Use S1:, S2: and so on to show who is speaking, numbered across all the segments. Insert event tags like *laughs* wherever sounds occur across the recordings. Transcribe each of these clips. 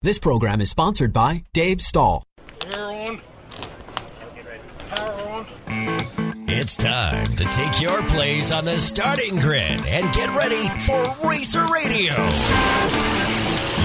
S1: This program is sponsored by Dave Stahl.
S2: Air on. Power on.
S3: It's time to take your plays on the starting grid and get ready for Racer Radio.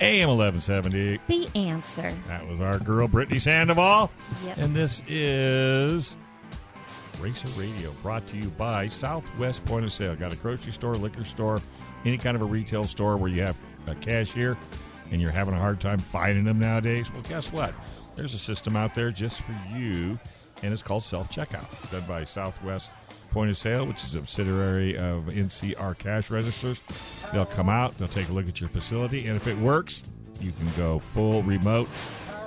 S4: AM 1170.
S5: The answer.
S4: That was our girl, Brittany Sandoval.
S5: Yes.
S4: And this is Racer Radio, brought to you by Southwest Point of Sale. Got a grocery store, liquor store, any kind of a retail store where you have a cashier and you're having a hard time finding them nowadays. Well, guess what? There's a system out there just for you, and it's called Self Checkout, done by Southwest Point of Sale, which is a subsidiary of NCR Cash Registers. They'll come out, they'll take a look at your facility, and if it works, you can go full remote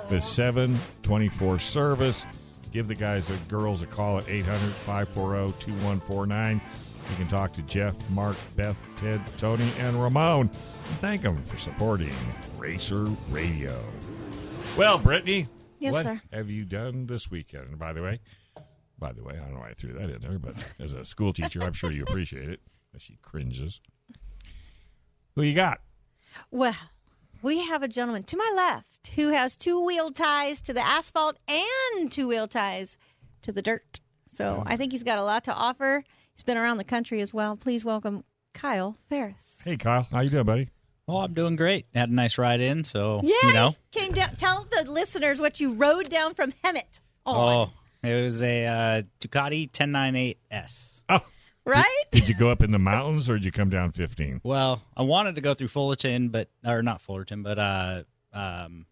S4: the 724 service. Give the guys and girls a call at 800 540 2149. You can talk to Jeff, Mark, Beth, Ted, Tony, and Ramon. And thank them for supporting Racer Radio. Well, Brittany.
S5: Yes,
S4: what
S5: sir.
S4: have you done this weekend? And by the way, by the way, I don't know why I threw that in there, but as a school teacher, I'm sure you appreciate it. She cringes. Who you got?
S5: Well, we have a gentleman to my left who has two wheel ties to the asphalt and two wheel ties to the dirt. So I think he's got a lot to offer. He's been around the country as well. Please welcome Kyle Ferris.
S4: Hey, Kyle. How you doing, buddy?
S6: Well, Oh, I'm doing great. Had a nice ride in, so
S5: Yeah,
S6: you know.
S5: came down. Tell the listeners what you rode down from Hemet. On,
S6: Oh, it was a uh, Ducati 1098S.
S4: Oh,
S5: right?
S6: *laughs*
S5: *laughs*
S4: Did you go up in the mountains or did you come down 15?
S6: Well, I wanted to go through Fullerton, but or not Fullerton, but uh, um,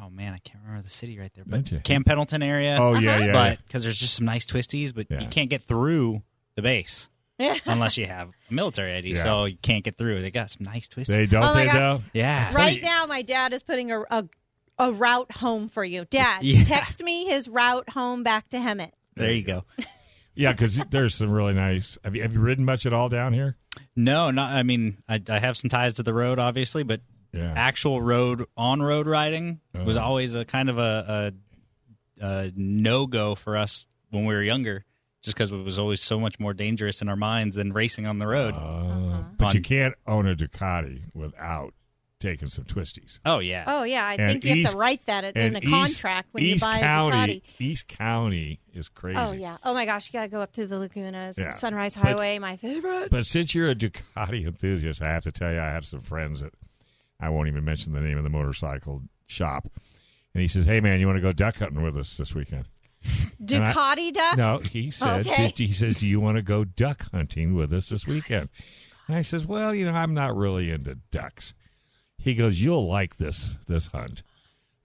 S6: oh man, I can't remember the city right there, but
S4: Don't you?
S6: Camp Pendleton area.
S4: Oh, yeah, yeah.
S6: but because there's just some nice twisties, but
S4: Yeah.
S6: you can't get through the base
S5: Yeah.
S6: unless you have a military ID,
S4: Yeah.
S6: so you can't get through. They got some nice twisties.
S4: They don't
S5: Oh, my
S4: they
S5: gosh.
S4: though?
S6: yeah,
S5: Right now, my dad is putting a, a a route home for you. Dad,
S6: *laughs* Yeah.
S5: text me his route home back to Hemet.
S6: there you go.
S4: Yeah, because there's some really nice. Have you have you ridden much at all down here?
S6: No, not. I mean, I, I have some ties to the road, obviously, but
S4: Yeah.
S6: actual road on road riding was
S4: Oh.
S6: always a kind of a, a, a no go for us when we were younger, just because it was always so much more dangerous in our minds than racing on the road.
S5: Uh-huh.
S4: Uh, but
S6: On-
S4: you can't own a Ducati without taking some twisties.
S6: oh yeah,
S5: Oh yeah, I
S4: And
S5: think you have
S4: East-
S5: to write that in- in
S4: And
S5: a
S4: East-
S5: contract when
S4: East
S5: you buy
S4: County,
S5: a
S4: East County is crazy.
S5: Ducati. Oh yeah. Oh my gosh, you got to go up through the lagunas,
S4: Yeah.
S5: Sunrise
S4: But-
S5: Highway, my favorite.
S4: But since you're a Ducati enthusiast, I have to tell you, I have some friends that I won't even mention the name of the motorcycle shop. And he says, "Hey man, you want to go duck hunting with us this weekend?" I-
S5: Ducati *laughs* duck.
S4: No, he said.
S5: Okay.
S4: *laughs* He says, "Do you want to go duck hunting with us this weekend?" And I says, "Well, you know, I'm not really into ducks." He goes, "You'll like this this hunt."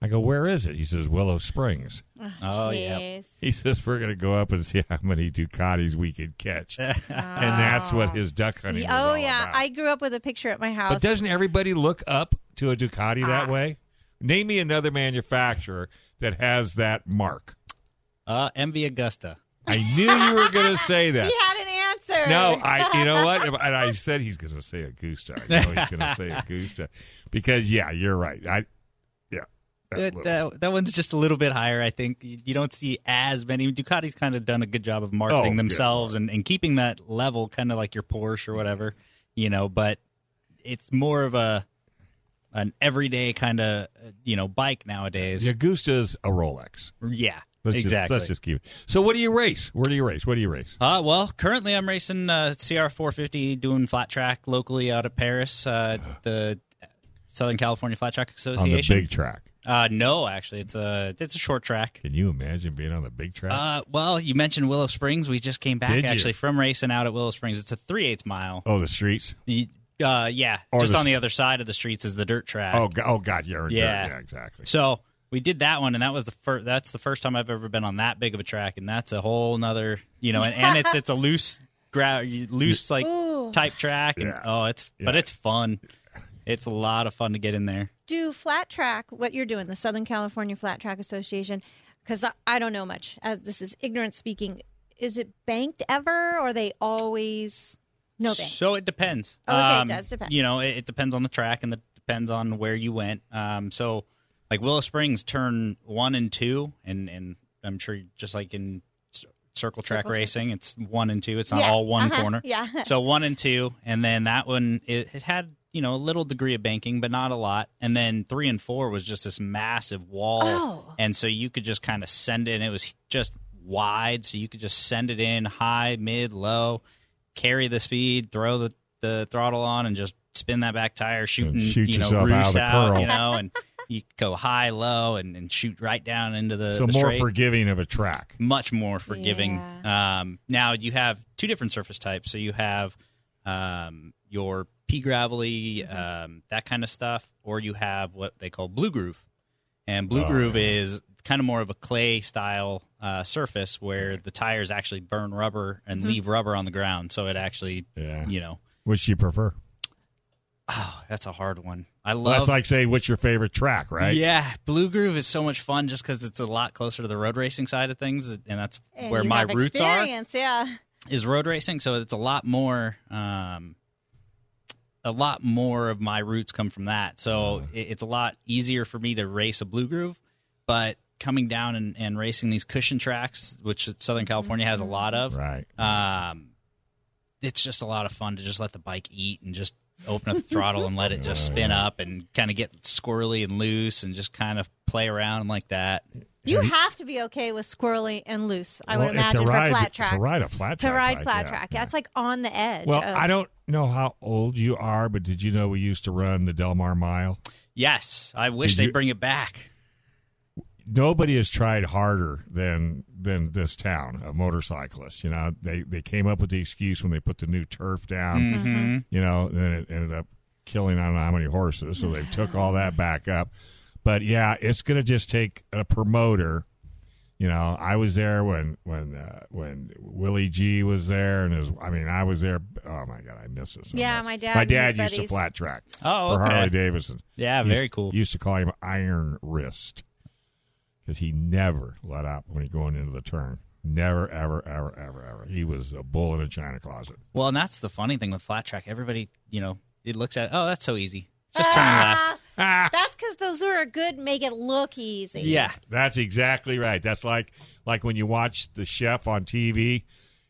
S4: I go, "Where is it?" He says, "Willow Springs." *laughs*
S6: Oh, yeah.
S5: jeez.
S4: He says, "We're going to go up and see how many Ducatis we can
S5: *laughs*
S4: catch," and that's what his duck hunting. was
S5: Oh
S4: all
S5: yeah,
S4: about.
S5: I grew up with a picture at my house.
S4: But doesn't everybody look up to a Ducati that
S5: Ah.
S4: way? Name me another manufacturer that has that mark.
S6: Uh, MV Augusta.
S4: I knew you were going to say
S5: *laughs*
S4: that.
S5: he had an answer.
S4: No, I. You know what?
S6: *laughs*
S4: And I said he's going to say Augusta. I know he's going to say Augusta because yeah, you're right. I yeah. that
S6: That,
S4: little-
S6: that, that one's just a little bit higher, I think. You you don't see as many. Ducati's kind of done a good job of marketing
S4: good
S6: themselves and, and keeping that level, kind of like your Porsche or whatever, you know. But it's more of a an everyday kind of you know bike nowadays.
S4: the Augusta's a Rolex.
S6: yeah,
S4: Let's Just,
S6: exactly.
S4: let's just keep it. So, what do you race? Where do you race? What do you race?
S6: Uh, well, currently I'm racing uh, CR450, doing flat track locally out of Paris,
S4: *sighs*
S6: uh, the Southern California Flat Track
S4: On the
S6: Association.
S4: big track.
S6: uh, no, actually, it's a it's a short track.
S4: Can you imagine being on the big track?
S6: Uh, well, you mentioned Willow Springs. We just came
S4: Did
S6: back
S4: you?
S6: actually from racing out at Willow Springs. It's a three eighths mile.
S4: oh, the streets.
S6: You- Uh, yeah,
S4: Or
S6: just
S4: the-
S6: on the other side of the streets is the dirt track.
S4: Oh, God, oh, God, you're in dirt.
S6: Yeah.
S4: yeah, exactly.
S6: So we did that one, and that was the first. That's the first time I've ever been on that big of a track, and that's a whole nother, you know. And, and it's it's a loose ground, loose like
S5: Ooh.
S6: type track. And,
S4: Yeah.
S6: Oh, it's but
S4: Yeah.
S6: it's fun. It's a lot of fun to get in there.
S5: do flat track what you're doing the southern california flat track association because I, I don't know much. As this is ignorant speaking. Is it banked ever, or they always no bank?
S6: So it depends. Um,
S5: Oh, okay, it does depend.
S6: You know, it, it depends on the track and it depends on where you went. Um, so, like Willow Springs, turn one and two, and and I'm sure just like in c- circle track
S5: Circle track.
S6: racing, it's one and two. It's not
S5: Yeah,
S6: all one
S5: uh-huh,
S6: corner.
S5: Yeah. *laughs*
S6: So one and two, and then that one it, it had you know a little degree of banking, but not a lot. And then three and four was just this massive wall,
S5: Oh.
S6: and so you could just kind of send it. and It was just wide, so you could just send it in high, mid, low, carry the speed, throw the the throttle on, and just spin that back tire, shooting
S4: shoot
S6: you know
S4: yourself out of
S6: roost
S4: the curl.
S6: you know, and you go high, low, and, and shoot right down into the
S4: so
S6: uh, the
S4: more
S6: straight
S4: forgiving of a track.
S6: much more forgiving. Um, now you have two different surface types. So you have um, your pea gravelly,
S5: Mm-hmm.
S6: um, that kind of stuff, or you have what they call blue groove. And blue
S4: Oh,
S6: groove is kind of more of a clay style uh, surface where the tires actually burn rubber
S5: Mm-hmm.
S6: and leave rubber on the ground. So it actually,
S4: Yeah.
S6: you know,
S4: Which you prefer?
S6: oh, that's a hard one. I
S4: Well,
S6: love
S4: that's like saying, what's your favorite track, right?
S6: Yeah, Blue Groove is so much fun just because it's a lot closer to the road racing side of things, and that's
S5: And
S6: where
S5: you
S6: my
S5: have
S6: roots are.
S5: experience, Yeah.
S6: is road racing, so it's a lot more. Um, a lot more of my roots come from that, so
S4: Mm-hmm.
S6: it, it's a lot easier for me to race a blue groove. But coming down and, and racing these cushion tracks, which Southern California has a lot of,
S4: Right.
S6: um, it's just a lot of fun to just let the bike eat and just open up the throttle and let it just spin up and kind of get squirrely and loose and just kind of play around like that.
S5: You have to be okay with squirrely and loose. I
S4: Well, if
S5: would
S4: to
S5: imagine for
S4: ride-
S5: flat track.
S4: To ride a flat
S5: To
S4: track.
S5: ride
S4: like
S5: flat
S4: that,
S5: track.
S4: yeah.
S5: That's like on the edge.
S4: Well,
S5: of-
S4: I don't know how old you are, but did you know we used to run the Del Mar Mile?
S6: Yes, I wish
S4: Did
S6: they
S4: you-
S6: bring it back.
S4: Nobody has tried harder than than this town of motorcyclists. You know, they they came up with the excuse when they put the new turf down.
S6: Mm-hmm.
S4: You know, and then it ended up killing I don't know how many horses, so they took all that back up. But yeah, it's going to just take a promoter. You know, I was there when when uh, when Willie G was there, and his, I mean, I was there. Oh my god, I miss this. So
S5: Yeah,
S4: much.
S5: my dad
S4: My
S5: and his
S4: dad used to
S5: buddies.
S4: flat track
S6: Oh,
S4: for
S6: okay.
S4: Harley Davidson.
S6: Yeah,
S4: Used-
S6: very cool.
S4: Used to call him Iron Wrist because he never let up when he going into the turn. Never, ever, ever, ever, ever. He was a bull in a china
S6: *laughs*
S4: closet.
S6: Well, and that's the funny thing with flat track. Everybody, you know, it looks at, oh, that's so easy. It's Just turning left.
S4: Ah,
S5: That's because those are good. Make it look easy.
S6: Yeah.
S4: that's exactly right. That's like like when you watch the chef on TV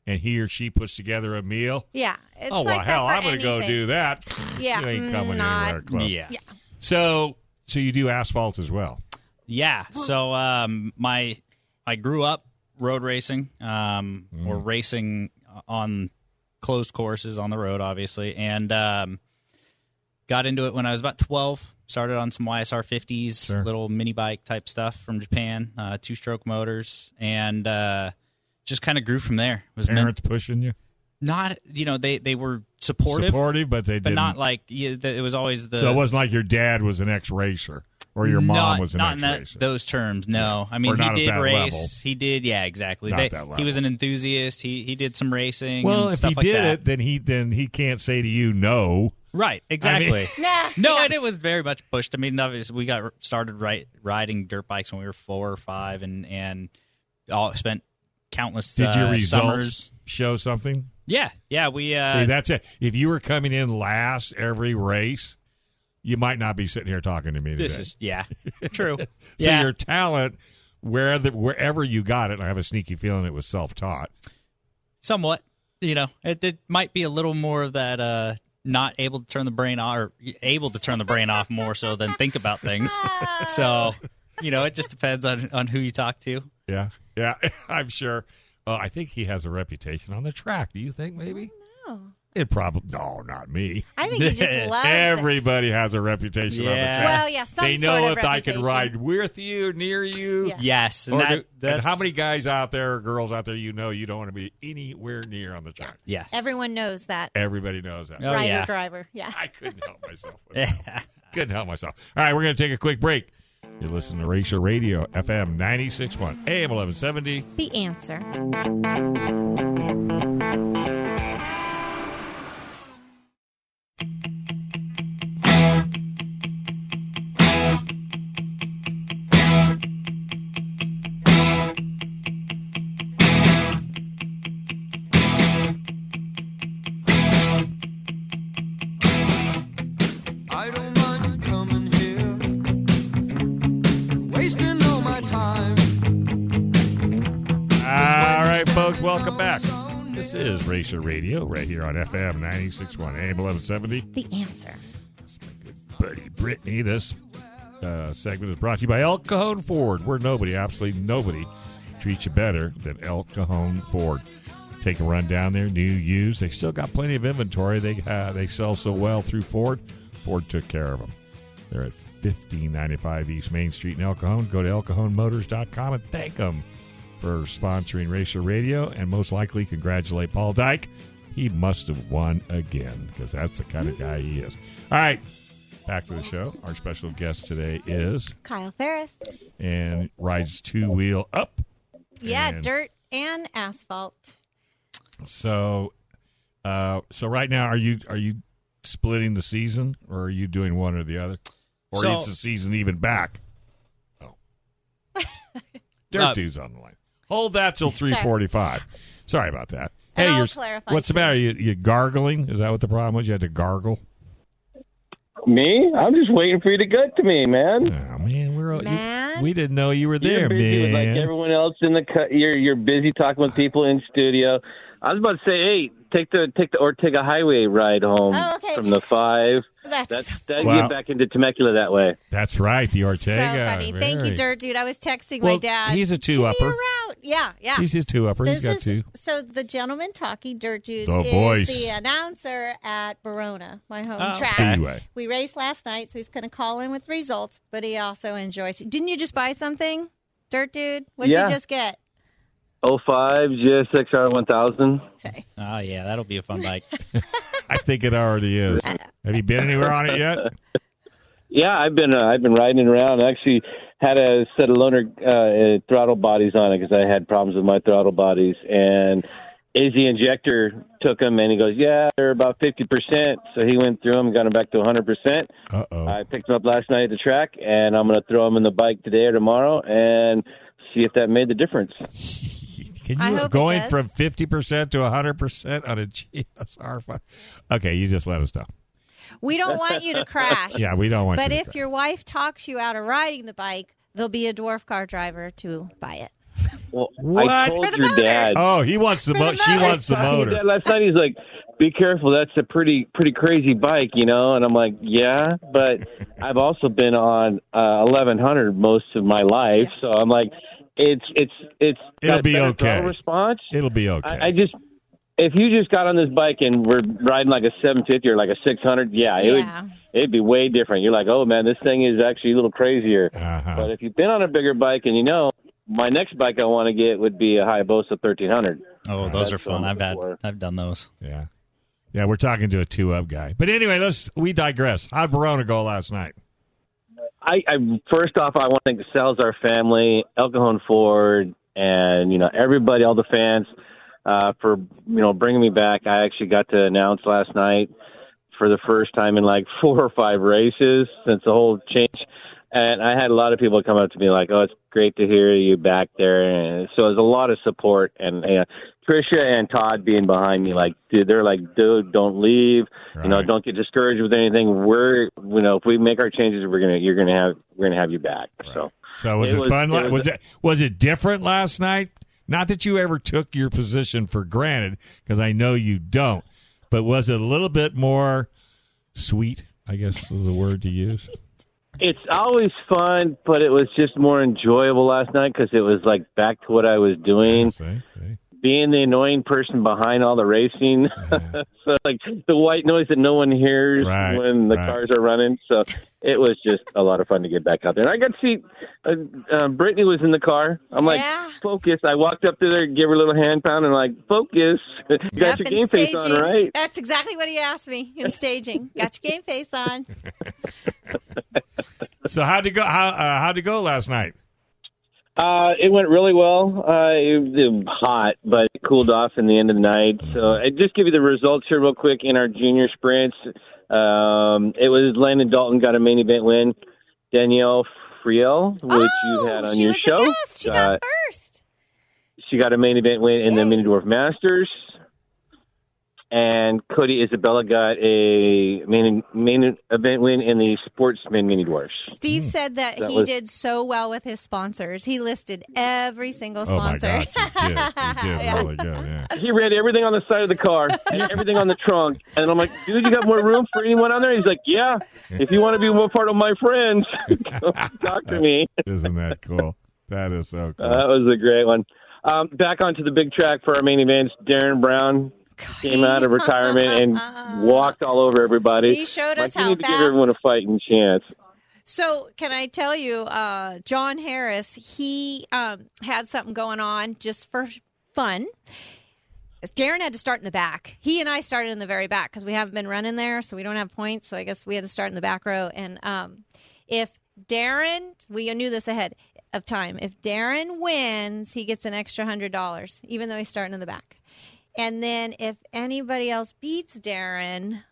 S4: and he or she puts together a meal.
S5: Yeah. It's
S4: oh well,
S5: like
S4: hell,
S5: that
S4: I'm
S5: for
S4: gonna go
S5: anything.
S4: do
S5: *laughs*
S4: that.
S5: Yeah,
S4: you ain't
S5: mm,
S4: coming
S5: not-
S4: anywhere close.
S6: Yeah.
S5: Yeah.
S4: So, so you do asphalt as well.
S6: Yeah. So um, my I grew up road racing um, or
S4: Mm.
S6: racing on closed courses on the road, obviously, and um, got into it when I was about twelve. Started on some YSR fifties,
S4: Sure.
S6: little mini bike type stuff from Japan, uh, two stroke motors, and uh, just kind of grew from there. Was meant-
S4: Parents pushing you,
S6: not you know they they were supportive,
S4: supportive, but they
S6: but
S4: didn't.
S6: not like you, th- it was always the
S4: so it wasn't like your dad was an ex racer or your mom
S6: not,
S4: was an
S6: not
S4: ex
S6: in that,
S4: racer.
S6: those terms. No, I mean
S4: Or
S6: he
S4: not at
S6: did
S4: that
S6: race.
S4: level.
S6: He did, yeah, exactly.
S4: Not
S6: They-
S4: that
S6: He
S4: level.
S6: was an enthusiast. He he did some racing.
S4: well,
S6: and
S4: if
S6: stuff
S4: he
S6: like
S4: did
S6: that.
S4: it, then he then he can't say to you no.
S6: right? Exactly.
S5: *laughs* Nah.
S6: *laughs* no, and it was very much pushed. I mean, obviously we got started right riding dirt bikes when we were four or five, and and all spent countless
S4: Did your
S6: uh,
S4: results
S6: summers.
S4: show something?
S6: Yeah, yeah, we uh,
S4: See, that's it. If you were coming in last every race, you might not be sitting here talking to me
S6: this
S4: today.
S6: is
S4: *laughs*
S6: yeah, true.
S4: so
S6: yeah.
S4: your talent, where the, wherever you got it, and I have a sneaky feeling it was self taught.
S6: somewhat you know it, it might be a little more of that uh not able to turn the brain off or able to turn the brain off more so than think
S5: *laughs*
S6: about things
S5: Ah.
S6: so you know it just depends on on who you talk to
S4: Yeah, yeah, *laughs* I'm sure. Uh, I think he has a reputation on the track. Do you think maybe?
S5: No.
S4: It probably no, not me.
S5: I think he
S4: *laughs*
S5: just loves it.
S4: Everybody has a reputation on the
S6: Yeah.
S4: track.
S5: Well, yeah, some
S4: they
S5: sort
S4: know
S5: of
S4: if I can
S5: reputation.
S4: ride with you, near you.
S5: Yeah.
S6: yes and
S4: Or
S6: that
S4: do- and
S6: that's-
S4: how many guys out there or girls out there you know you don't want to be anywhere near on the track?
S6: *laughs* yes
S5: Everyone knows that.
S4: *laughs* Everybody knows that.
S6: Oh,
S5: Rider
S6: yeah.
S5: driver. Yeah.
S4: *laughs* I couldn't help myself. With that.
S6: *laughs*
S4: Couldn't help myself. All right, we're going to take a quick break. You're listening to Racer Radio, FM 96.1, AM 1170.
S5: The answer.
S4: right, folks, welcome back. This is Racer Radio right here on FM 961 AM 1170.
S5: The answer.
S4: Buddy Brittany. This uh, segment is brought to you by El Cajon Ford, where nobody, absolutely nobody, treats you better than El Cajon Ford. Take a run down there, new, used. They still got plenty of inventory. They uh, they sell so well through Ford. Ford took care of them. They're at 1595 East Main Street in El Cajon. Go to elcajonmotors.com and thank them for sponsoring Racer Radio and most likely congratulate Paul Dyke. He must have won again because that's the kind of guy he is. All right, back to the show. Our special guest today is
S5: Kyle Ferris.
S4: and rides two wheel up.
S5: Yeah,
S4: And
S5: dirt and asphalt.
S4: So, uh, so right now, are you are you splitting the season, or are you doing one or the other, or
S6: So-
S4: is the season even back?
S5: *laughs*
S4: Oh, dirt
S6: Uh,
S4: dude's on the line. Hold that till three forty-five. Sorry about that.
S5: And I'll
S4: you're
S5: clarify,
S4: what's the
S5: too.
S4: matter? You, you gargling? Is that what the problem was? You had to gargle.
S7: Me? I'm just waiting for you to get to me,
S4: Oh
S7: man.
S4: man, we're you-
S5: Man.
S4: we didn't know you were
S7: You're
S4: there,
S7: busy with,
S4: man.
S7: like everyone else in the cut. You're you're busy talking with people in studio. I was about to say, hey, take the take the Ortega Highway ride home
S5: Oh, okay.
S7: from the five.
S5: That's,
S4: *laughs*
S7: That's
S5: so
S7: that
S4: Wow.
S7: get back into Temecula that way.
S4: That's right, the Ortega.
S5: funny. Thank
S4: Very-
S5: you, dirt dude. I was texting
S4: Well,
S5: my dad.
S4: He's a two
S5: Give me
S4: upper.
S5: a route. Yeah, yeah.
S4: He's a two upper. He's got
S5: is,
S4: two.
S5: So the gentleman talking dirt dude
S4: The
S5: is
S4: voice.
S5: the announcer at Barona, my home
S6: Oh,
S5: track.
S6: okay.
S4: Speedway.
S5: We raced last night, so he's going to call in with results. But he also enjoys. Didn't you just buy something, dirt dude? What'd
S7: Yeah.
S5: you just get?
S7: Oh five GSXR one thousand.
S5: Okay.
S6: Oh yeah, that'll be a
S5: *laughs*
S6: fun bike.
S4: I think it already is. Have you been anywhere on it
S7: *laughs*
S4: yet?
S7: Yeah, I've been uh, I've been riding around. I actually had a set of loaner uh, uh, throttle bodies on it because I had problems with my throttle bodies. And AZ Injector took them and he goes, yeah, they're about fifty percent. So he went through them, and got them back to hundred percent.
S4: Uh oh.
S7: I picked them up last night at the track, and I'm gonna throw them in the bike today or tomorrow and see if that made the difference.
S4: Can
S5: I
S4: you
S5: hope it
S4: going
S5: does.
S4: from fifty percent to hundred percent on a GSR? fund? Okay, you just let us know.
S5: We don't want
S7: *laughs*
S5: you to crash.
S4: Yeah, we don't want.
S5: But
S4: you to
S5: if
S4: cry.
S5: your wife talks you out of riding the bike, there'll be a dwarf car driver to buy it.
S7: Well,
S4: What?
S7: I told
S5: For the
S7: your
S5: motor.
S7: dad.
S4: oh, he wants
S5: *laughs*
S4: the
S5: For the
S4: motor. She
S5: motor.
S4: wants the
S7: talking to
S4: motor.
S7: Dad last night he's like, "Be careful, that's a pretty pretty crazy bike, you know." And I'm like, "Yeah, but I've also been on uh, 1100 most of my life, so I'm like, it's it's it's
S4: It'll
S7: got a
S4: be
S7: better
S4: okay.
S7: throttle response.
S4: It'll be okay.
S7: I, I just if you just got on this bike and were riding like a 750 or like a 600, yeah, it
S5: Yeah.
S7: would it'd be way different. You're like, "Oh man, this thing is actually a little crazier."
S4: uh-huh.
S7: But if you've been on a bigger bike and you know, my next bike I want to get would be a Hayabusa 1300.
S6: Oh, those are fun.
S7: what
S6: I've had
S7: for.
S6: I've done those.
S4: yeah, yeah. We're talking to a two-up guy. But anyway, let's we digress. How'd Verona go last night?
S7: I, I first off, I want to thank Salazar family, El Cajon Ford, and you know everybody, all the fans, uh, for you know bringing me back. I actually got to announce last night for the first time in like *laughs* four or five races since the whole change. And I had a lot of people come up to me like, "Oh, it's great to hear you back there." And so there's a lot of support, and uh, Trisha and Todd being behind me, like, dude, they're like, "Dude, don't leave." You know,
S4: Right.
S7: don't get discouraged with anything. We're, you know, if we make our changes, we're gonna, you're gonna have, we're gonna have you back. So
S4: So was it,
S7: It was-
S4: fun?
S7: it
S4: la-
S7: was-
S4: was it was it different last night? Not that you ever took your position for granted, because I know you don't. But was it a little bit more sweet? I guess is the word to use.
S7: it's always fun, but it was just more enjoyable last night because it was like back to what *laughs* I was doing,
S4: See? See?
S7: being the annoying person behind all the racing. *laughs* so like the white noise that no one hears
S4: Right,
S7: when the
S4: right.
S7: cars are running. So it was just a lot of fun to get back out there. And I got to see uh, uh, Brittany was in the car. I'm like,
S5: Yeah.
S7: focus. I walked up to there, gave her a little hand pound, and like, focus. *laughs* you got
S5: Up
S7: your
S5: in
S7: game face on,
S5: staging.
S7: right?
S5: That's exactly what he asked me in staging. Got your game face
S7: *laughs*
S5: on.
S4: So how'd it go? How uh, how'd it go last night?
S7: Uh, it went really well. Uh, it, it was hot, but it cooled off in the end of the night. So I just give you the results here real quick in our junior sprints. Um, it was Landon Dalton got a main event win. Danielle Friel, which
S5: oh,
S7: you had on
S5: she
S7: your
S5: was
S7: show,
S5: a guest. She
S7: uh,
S5: got first.
S7: she got a main event win in the
S5: Yay.
S7: Mini Dwarf Masters. and Cody Isabella got a main, main event win in the Sportsman Mini Dwarfs.
S4: Mm.
S5: Steve said that,
S7: That
S5: he
S7: was-
S5: did so well with his sponsors. He listed every single
S4: Oh my
S5: sponsor.
S4: gosh, you did, you
S5: *laughs*
S4: did really good. Yeah.
S7: He read everything on the side of the car and everything on the trunk, and I'm like, "Dude, you got more room for anyone on there?" He's like, "Yeah, if you want to be more part of my friends, *laughs* come talk to *laughs* me."
S4: Isn't that cool? That is so cool.
S7: Uh, that was a great one. Um, back onto the big track for our main events. Darren Brown came out of retirement
S5: *laughs*
S7: and walked all over everybody.
S5: He showed us
S7: like, you
S5: how
S7: need to
S5: fast.
S7: give everyone a fighting chance.
S5: So can I tell you, uh, John Harris? He um, had something going on just for fun. Darren had to start in the back. He and I started in the very back because we haven't been running there, so we don't have points. So I guess we had to start in the back row. And um, if Darren, we knew this ahead of time. If Darren wins, he gets an extra hundred dollars, even though he's starting in the back. And then if anybody else beats Darren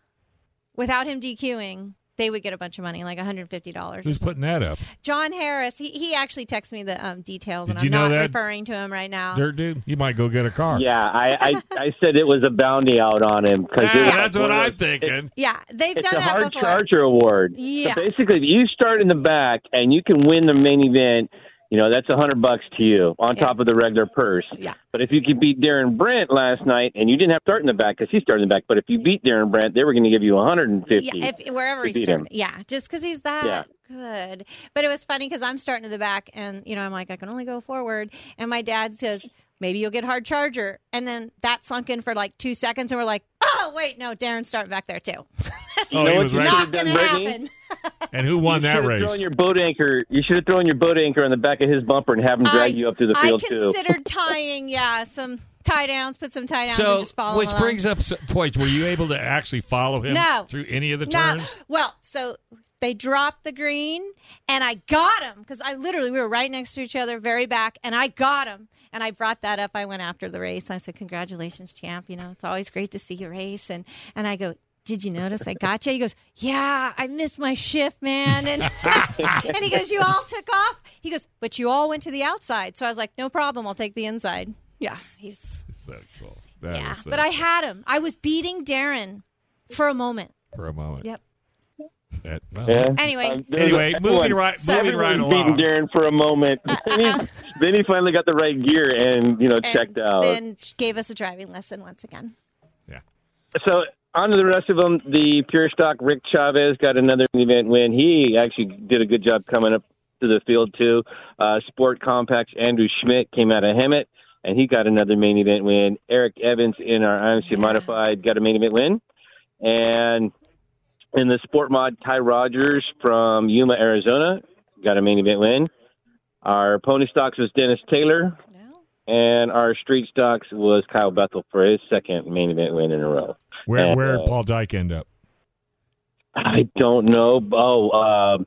S5: without him DQing, they would get a bunch of money, like $150.
S4: Who's putting that up?
S5: John Harris, he, he actually texted me the um, details,
S4: Did
S5: and I'm
S4: you know
S5: not
S4: that?
S5: referring to him right now.
S4: Dirt dude? You might go get a car.
S7: Yeah, I, I, I said it was a bounty out on him because
S4: Ah, that's what I'm thinking.
S5: yeah, they've
S7: It's
S5: done
S7: a
S5: that
S7: hard
S5: before.
S7: charger award.
S5: Yeah.
S7: So basically, if you start in the back and you can win the main event, you know that's a hundred bucks to you on
S5: Yeah.
S7: top of the regular purse.
S5: Yeah.
S7: But if you could beat Darren Brent last night and you didn't have to start in the back because he started in the back, but if you beat Darren Brent, they were going to give you a hundred and fifty.
S5: Yeah, if, wherever
S7: to
S5: he
S7: beat
S5: started.
S7: him.
S5: Yeah, just because he's that
S7: Yeah.
S5: good. But it was funny because I'm starting to the back, and you know I'm like I can only go forward, and my dad says maybe you'll get hard charger, and then that sunk in for like two seconds, and we're like, oh wait, no, Darren's starting back there too.
S4: Oh, he was right.
S5: Not
S7: done,
S5: gonna
S7: Brittany?
S5: happen.
S4: And who won that
S7: should have
S4: race?
S7: Thrown your boat anchor. You should have thrown your boat anchor on the back of his bumper and have him drag
S5: I-
S7: you up to the
S5: I
S7: field too.
S5: considered tying, yeah, some tie downs, put some tie downs, and
S4: So,
S5: just follow.
S4: which
S5: along.
S4: brings up some points. Were you able to actually follow him
S5: No.
S4: through any of the
S5: No.
S4: turns?
S5: Well, so they dropped the green, and I got him because I literally we were right next to each other, very back, and I got him. And I brought that up. I went after the race. I said, "Congratulations, champ! You know it's always great to see you race." And and I go. Did you notice I got you? He goes, Yeah, I missed my shift, man. And, *laughs* and he goes, You all took off. He goes, But you all went to the outside. So I was like, No problem. I'll take the inside. Yeah, he's,
S4: So cool. uh, That uh,
S5: yeah.
S4: is so
S5: But I had him. I was beating Darren for a moment.
S4: for a moment.
S5: Yep.
S4: That- well,
S7: Yeah.
S5: Anyway.
S7: Um, there was
S4: Anyway,
S7: everyone-
S4: moving right,
S5: So
S4: moving right
S7: Everyone
S4: along.
S7: beating Darren for a moment. *laughs* then, he, then he finally got the right gear and you know
S5: Uh, and
S7: checked out.
S5: Then gave us a driving lesson once again.
S7: so on to the rest of them. The pure stock Rick Chavez got another event win. He actually did a good job coming up to the field too. Uh, Sport compacts Andrew Schmidt came out of Hemet and he got another main event win. Eric Evans in our IMC modified got a main event win, and in the Sport mod Ty Rogers from Yuma, Arizona got a main event win. Our pony stocks was Dennis Taylor,
S5: No.
S7: and our street stocks was Kyle Bethel for his second main event win in a row.
S4: Where
S7: And,
S4: where
S7: uh,
S4: did Paul Dyke end up?
S7: I don't know. Oh, um,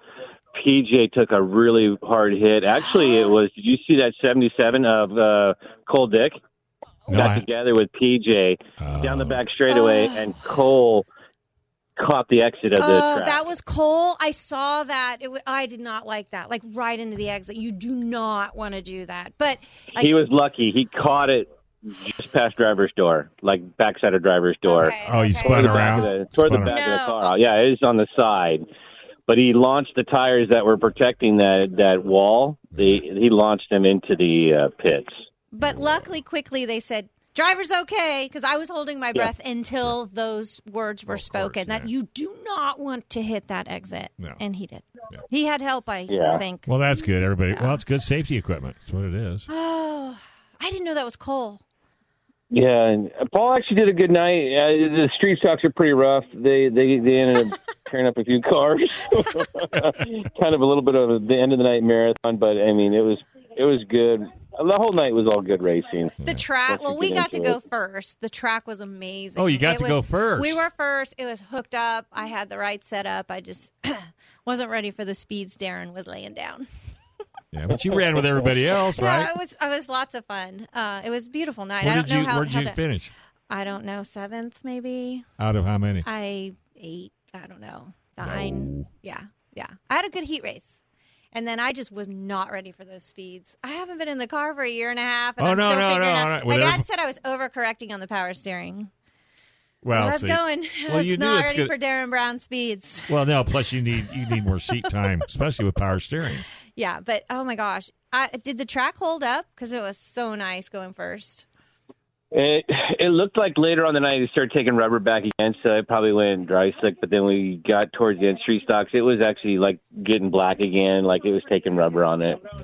S7: PJ took a really hard hit. Actually, it was. Did you see that seventy-seven of uh, Cole Dick
S5: Oh,
S4: No,
S7: got
S4: I-
S7: together with PJ down the
S4: Oh.
S7: back straightaway,
S5: Oh.
S7: and Cole caught the exit of the
S5: Oh,
S7: track.
S5: that was Cole. I saw that. It wa- I did not like that. Like right into the exit. You do not want to do that. But like,
S7: he was lucky. He caught it just past driver's door, like backside of driver's door.
S5: Okay,
S4: Oh, you
S5: okay.
S4: spun
S7: Toward the back
S4: around.
S7: of the- Toward the
S4: Spun
S7: back of the
S5: around.
S7: car. Yeah, it is on the side. But he launched the tires that were protecting that that wall. They, he launched them into the uh, pits.
S5: But luckily, quickly they said. Driver's okay because I was holding my breath until those words were
S4: Of course,
S5: spoken. That
S4: yeah.
S5: you do not want to hit that exit,
S4: No.
S5: and he did. He had help, I
S7: Yeah.
S5: think.
S4: Well, that's good, everybody. Well, it's good safety equipment. That's what it is.
S5: Oh, *sighs* I didn't know that was Cole.
S7: Yeah, and Paul actually did a good night. Uh, the street stocks are pretty rough. They they, they ended *laughs* up tearing up a few cars. *laughs* kind of a little bit of the end of the night marathon, but I mean it was it was good. The whole night was all good racing.
S5: The track.
S7: Let's
S5: Well,
S7: get
S5: we got to
S7: into
S5: go
S7: it.
S5: first. The track was amazing.
S4: Oh, you got
S5: It
S4: to
S5: was-
S4: go first.
S5: We were first. It was hooked up. I had the right setup. I just *clears throat* wasn't ready for the speeds Darren was laying down.
S4: Yeah, but you ran with everybody else,
S5: *laughs* Yeah,
S4: right?
S5: it was. It was lots of fun. Uh, it was a beautiful night. I
S4: Where
S5: don't
S4: did
S5: know
S4: you
S5: how.
S4: where did
S5: how
S4: you
S5: to-
S4: finish?
S5: I don't know. Seventh, maybe.
S4: Out of how many?
S5: I eight. I don't know. Nine. Yeah, yeah. I had a good heat race. And then I just was not ready for those speeds. I haven't been in the car for a year and a half, and
S4: Oh,
S5: I'm
S4: no,
S5: still
S4: no,
S5: figuring
S4: no,
S5: out.
S4: no.
S5: My
S4: Well,
S5: dad
S4: there's-
S5: said I was overcorrecting on the power steering.
S4: Well,
S5: Let's
S4: see.
S5: go and
S4: Well,
S5: *laughs*
S4: you
S5: it's
S4: knew
S5: not
S4: it's
S5: ready
S4: good-
S5: for Darren Brown speeds. *laughs*
S4: Well, no. Plus, you need you need more seat time, especially with power steering.
S5: Yeah, but oh my gosh, I, did the track hold up? Because it was so nice going first.
S7: It it looked like later on the night he started taking rubber back again, so it probably went dry slick. But then we got towards the end, street stocks. It was actually like getting black again, like it was taking rubber on it.
S4: All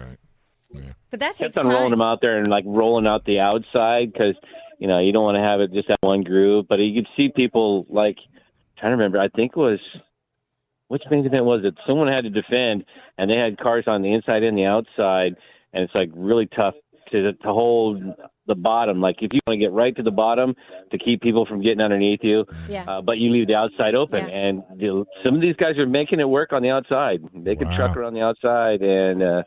S4: right.
S5: But that takes
S7: Kept on rolling
S5: time.
S7: them out there and like rolling out the outside because you know you don't want to have it just that one groove. But you could see people like trying to remember. I think it was which main event was it? Someone had to defend, and they had cars on the inside and the outside, and it's like really tough to to hold the bottom. Like if you want to get right to the bottom to keep people from getting underneath you,
S5: Yeah.
S7: uh, but you leave the outside open.
S5: Yeah.
S7: And the, some of these guys are making it work on the outside. They could
S4: Wow.
S7: truck around the outside. And uh,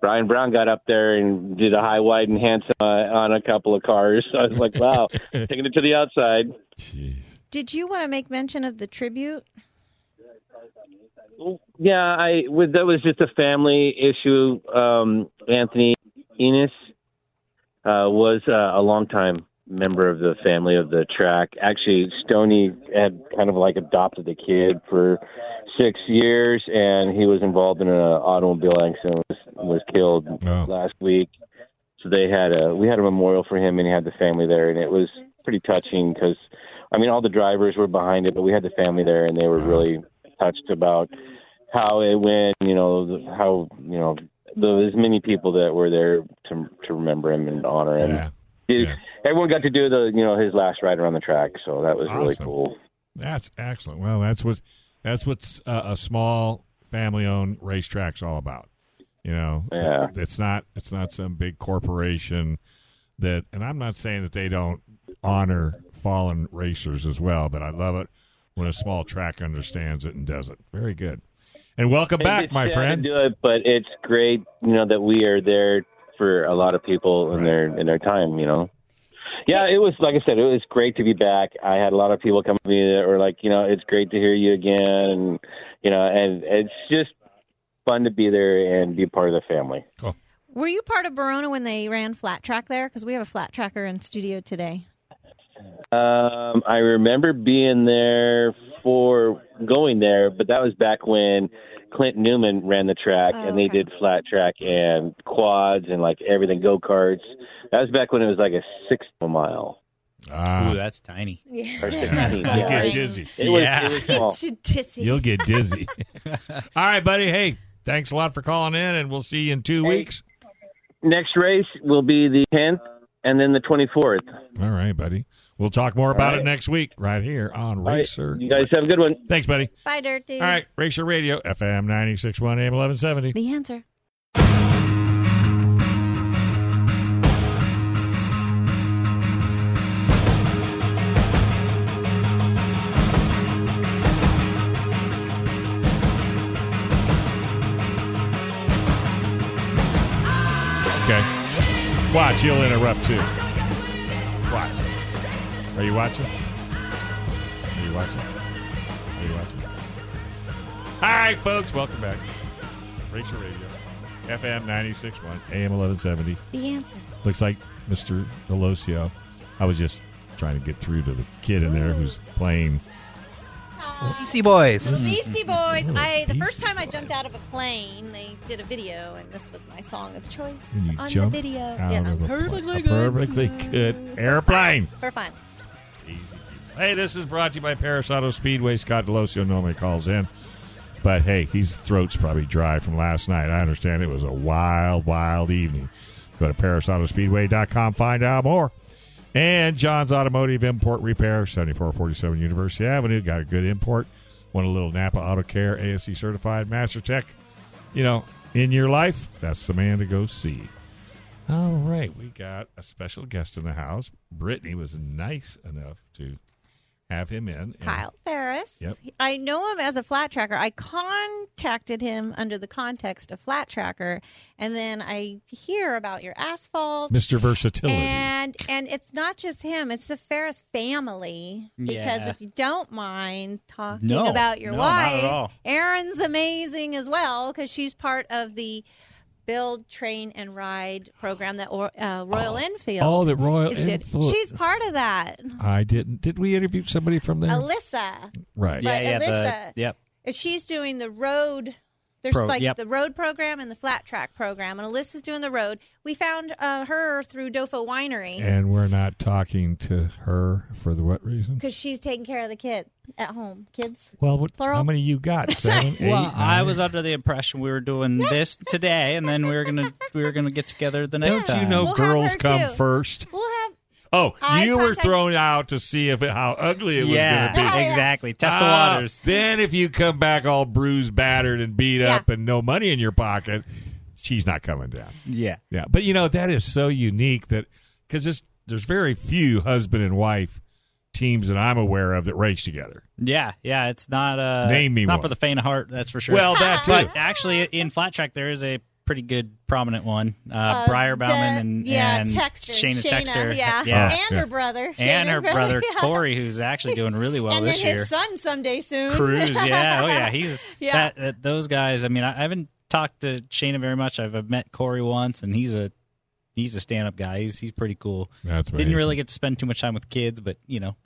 S7: Brian Brown got up there and did a high, wide, and handsome uh, on a couple of cars. *laughs* So I was like, wow, taking it to the outside.
S4: Jeez.
S5: Did you want to make mention of the tribute?
S7: Yeah, I with, that was just a family issue. Um, Anthony Enos uh, was uh, a longtime member of the family of the track. Actually, Stoney had kind of like adopted the kid for six years, and he was involved in an automobile accident and was, was killed
S4: Oh.
S7: last week. So they had a we had a memorial for him, and he had the family there, and it was pretty touching because I mean all the drivers were behind it, but we had the family there, and they were really touched about how it went. You know the, how you know the, as many people that were there to to remember him and honor him.
S4: Yeah.
S7: Dude,
S4: Yeah.
S7: Everyone got to do the you know his last ride around the track, so that was really
S4: Awesome.
S7: cool.
S4: That's excellent. Well, that's what that's what uh, a small family-owned racetrack's all about. You know,
S7: Yeah.
S4: it's not it's not some big corporation that. And I'm not saying that they don't honor fallen racers as well, but I love it when a small track understands it and does it. Very good. And welcome back,
S7: It's
S4: my
S7: sad
S4: friend.
S7: To do it, but it's great, you know, that we are there for a lot of people in their in their time, you know. Yeah, it was like I said, it was great to be back. I had a lot of people come to me that were like, you know, it's great to hear you again, and you know, and it's just fun to be there and be part of the family.
S5: Were you part of Barona when they ran flat track there? Because we have a flat tracker in studio today.
S7: Um, I remember being there for going there, but that was back when Clint Newman ran the track
S5: Oh,
S7: and they
S5: okay.
S7: did flat track and quads and like everything go karts. That was back when it was like a sixth of a mile.
S4: Ah,
S6: Ooh, that's tiny.
S7: Or
S5: Yeah.
S4: *laughs*
S7: 16. *laughs*
S4: you'll
S5: boring.
S4: get dizzy.
S7: It was,
S6: Yeah.
S7: it was
S5: *laughs*
S7: small.
S4: You'll get dizzy. all right, buddy. Hey, thanks a lot for calling in, and we'll see you in two weeks.
S7: Next race will be the 10th and then the 24th.
S4: All right, buddy. We'll talk more about
S7: right.
S4: it next week, right here on
S7: All right,
S4: Racer.
S7: you guys have a good one.
S4: Thanks, buddy.
S5: Bye, Dirt Dude.
S4: All right, Racer Radio, FM 961 AM 1170.
S5: The answer.
S4: Okay. Watch, you'll interrupt too. Watch. Are you watching? Are you watching? Are you watching? All right, folks, welcome back. Racer Radio, FM 961 AM 1170.
S5: The answer.
S4: Looks like Mr. Delosio. I was just trying to get through to the kid in there who's playing.
S8: Beastie Boys.
S4: Mm-hmm.
S5: Beastie Boys. I the first
S4: Beastie
S5: time I jumped out of a plane, they did a video, and this was my song of choice
S4: and you
S5: on the
S4: jump
S5: video.
S4: out
S5: yeah,
S4: of a, pla-
S5: perfectly
S4: a
S5: good.
S4: perfectly good airplane.
S5: for fun.
S4: Hey, this is brought to you by Paris Auto Speedway. Scott Delosio normally calls in, but hey, his throat's probably dry from last night. I understand it was a wild, wild evening. Go to ParisAutoSpeedway.com, find out more. And John's Automotive Import Repair, 7447 University Avenue. Got a good import. Want a little Napa Auto Care, ASC certified, Master Tech. You know, in your life, that's the man to go see. All right, we got a special guest in the house. Brittany was nice enough to have him in. and-
S5: Kyle Ferris.
S4: Yep.
S5: I know him as a flat tracker. I contacted him under the context of flat tracker, and then I hear about your asphalt.
S4: Mr. Versatility.
S5: And and it's not just him; it's the Ferris family. Because
S6: Yeah.
S5: if you don't mind talking
S6: No,
S5: about your
S6: no, not at
S5: wife,
S6: all.
S5: Erin's amazing as well because she's part of the build, train, and ride program that or, uh, Royal Enfield.
S4: Oh, that Royal
S5: is did.
S4: Enfield-
S5: She's part of that.
S6: Mm-hmm.
S4: I didn't. Did we interview somebody from there?
S5: Alyssa.
S4: right.
S5: Yeah. But
S6: the-
S5: Alyssa-
S6: yep.
S5: And She's doing the road. There's
S6: Pro-
S5: like
S6: yep.
S5: the road program and the flat track program, and Alyssa's doing the road. We found uh, her through Dofo Winery
S4: And we're not talking to her for the what reason?
S5: because she's taking care of the kid at home. Kids.
S4: Well, what,
S5: Plural?
S4: how many you
S5: *laughs*
S4: got? Seven, eight,
S6: Well, I
S4: nine?
S6: was under the impression we were doing this today, and then we were gonna we were gonna get together the next
S4: Don't
S6: time.
S4: you know
S5: We'll have
S4: girls
S5: her,
S4: come
S5: too.
S4: first?
S5: We'll have.
S4: Oh,
S5: Eye
S4: you were
S5: contact.
S4: thrown out to see if it, how ugly it was
S6: *laughs*
S4: going to be.
S6: yeah, exactly. Test the
S4: Ah,
S6: waters.
S4: Then if you come back all bruised, battered, and beat
S5: Yeah.
S4: up, and no money in your pocket, she's not coming down.
S6: Yeah.
S4: Yeah, but you know that is so unique that because there's very few husband and wife teams that I'm aware of that race together.
S6: Yeah, yeah, it's not uh
S4: Name me
S6: not
S4: one.
S6: for the faint of heart, that's for sure.
S4: Well,
S6: *laughs*
S4: that too.
S6: but actually in flat track there is a pretty good prominent one. Uh,
S5: uh,
S6: Briar Bauman
S5: the-
S6: and,
S5: yeah,
S6: and
S5: Texter,
S6: Shayna, Texter.
S5: Yeah.
S4: Yeah.
S5: And
S4: Yeah.
S5: her brother. Shayna's
S6: And her brother
S5: *laughs* yeah.
S6: Corey, who's actually doing really well
S5: and then
S6: this
S5: his
S6: year.
S5: son someday soon.
S6: Cruz, yeah, oh yeah, he's
S5: *laughs* Yeah.
S6: That, that those guys. I mean, I, I haven't talked to Shayna very much. I've, I've met Corey once, and he's a he's a stand up guy. He's he's pretty cool.
S4: *laughs* That's
S6: Didn't really get to spend too much time with kids, but you know,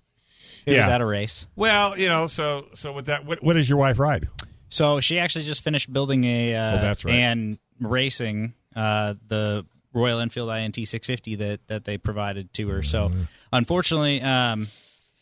S6: it was
S4: Yeah.
S6: at a race.
S4: well, you know. So so with that, what, what does your wife ride?
S6: So she actually just finished building a uh,
S4: Oh, that's right.
S6: and racing uh, the Royal Enfield INT 650 that that they provided to her. So
S4: Mm-hmm.
S6: unfortunately, um,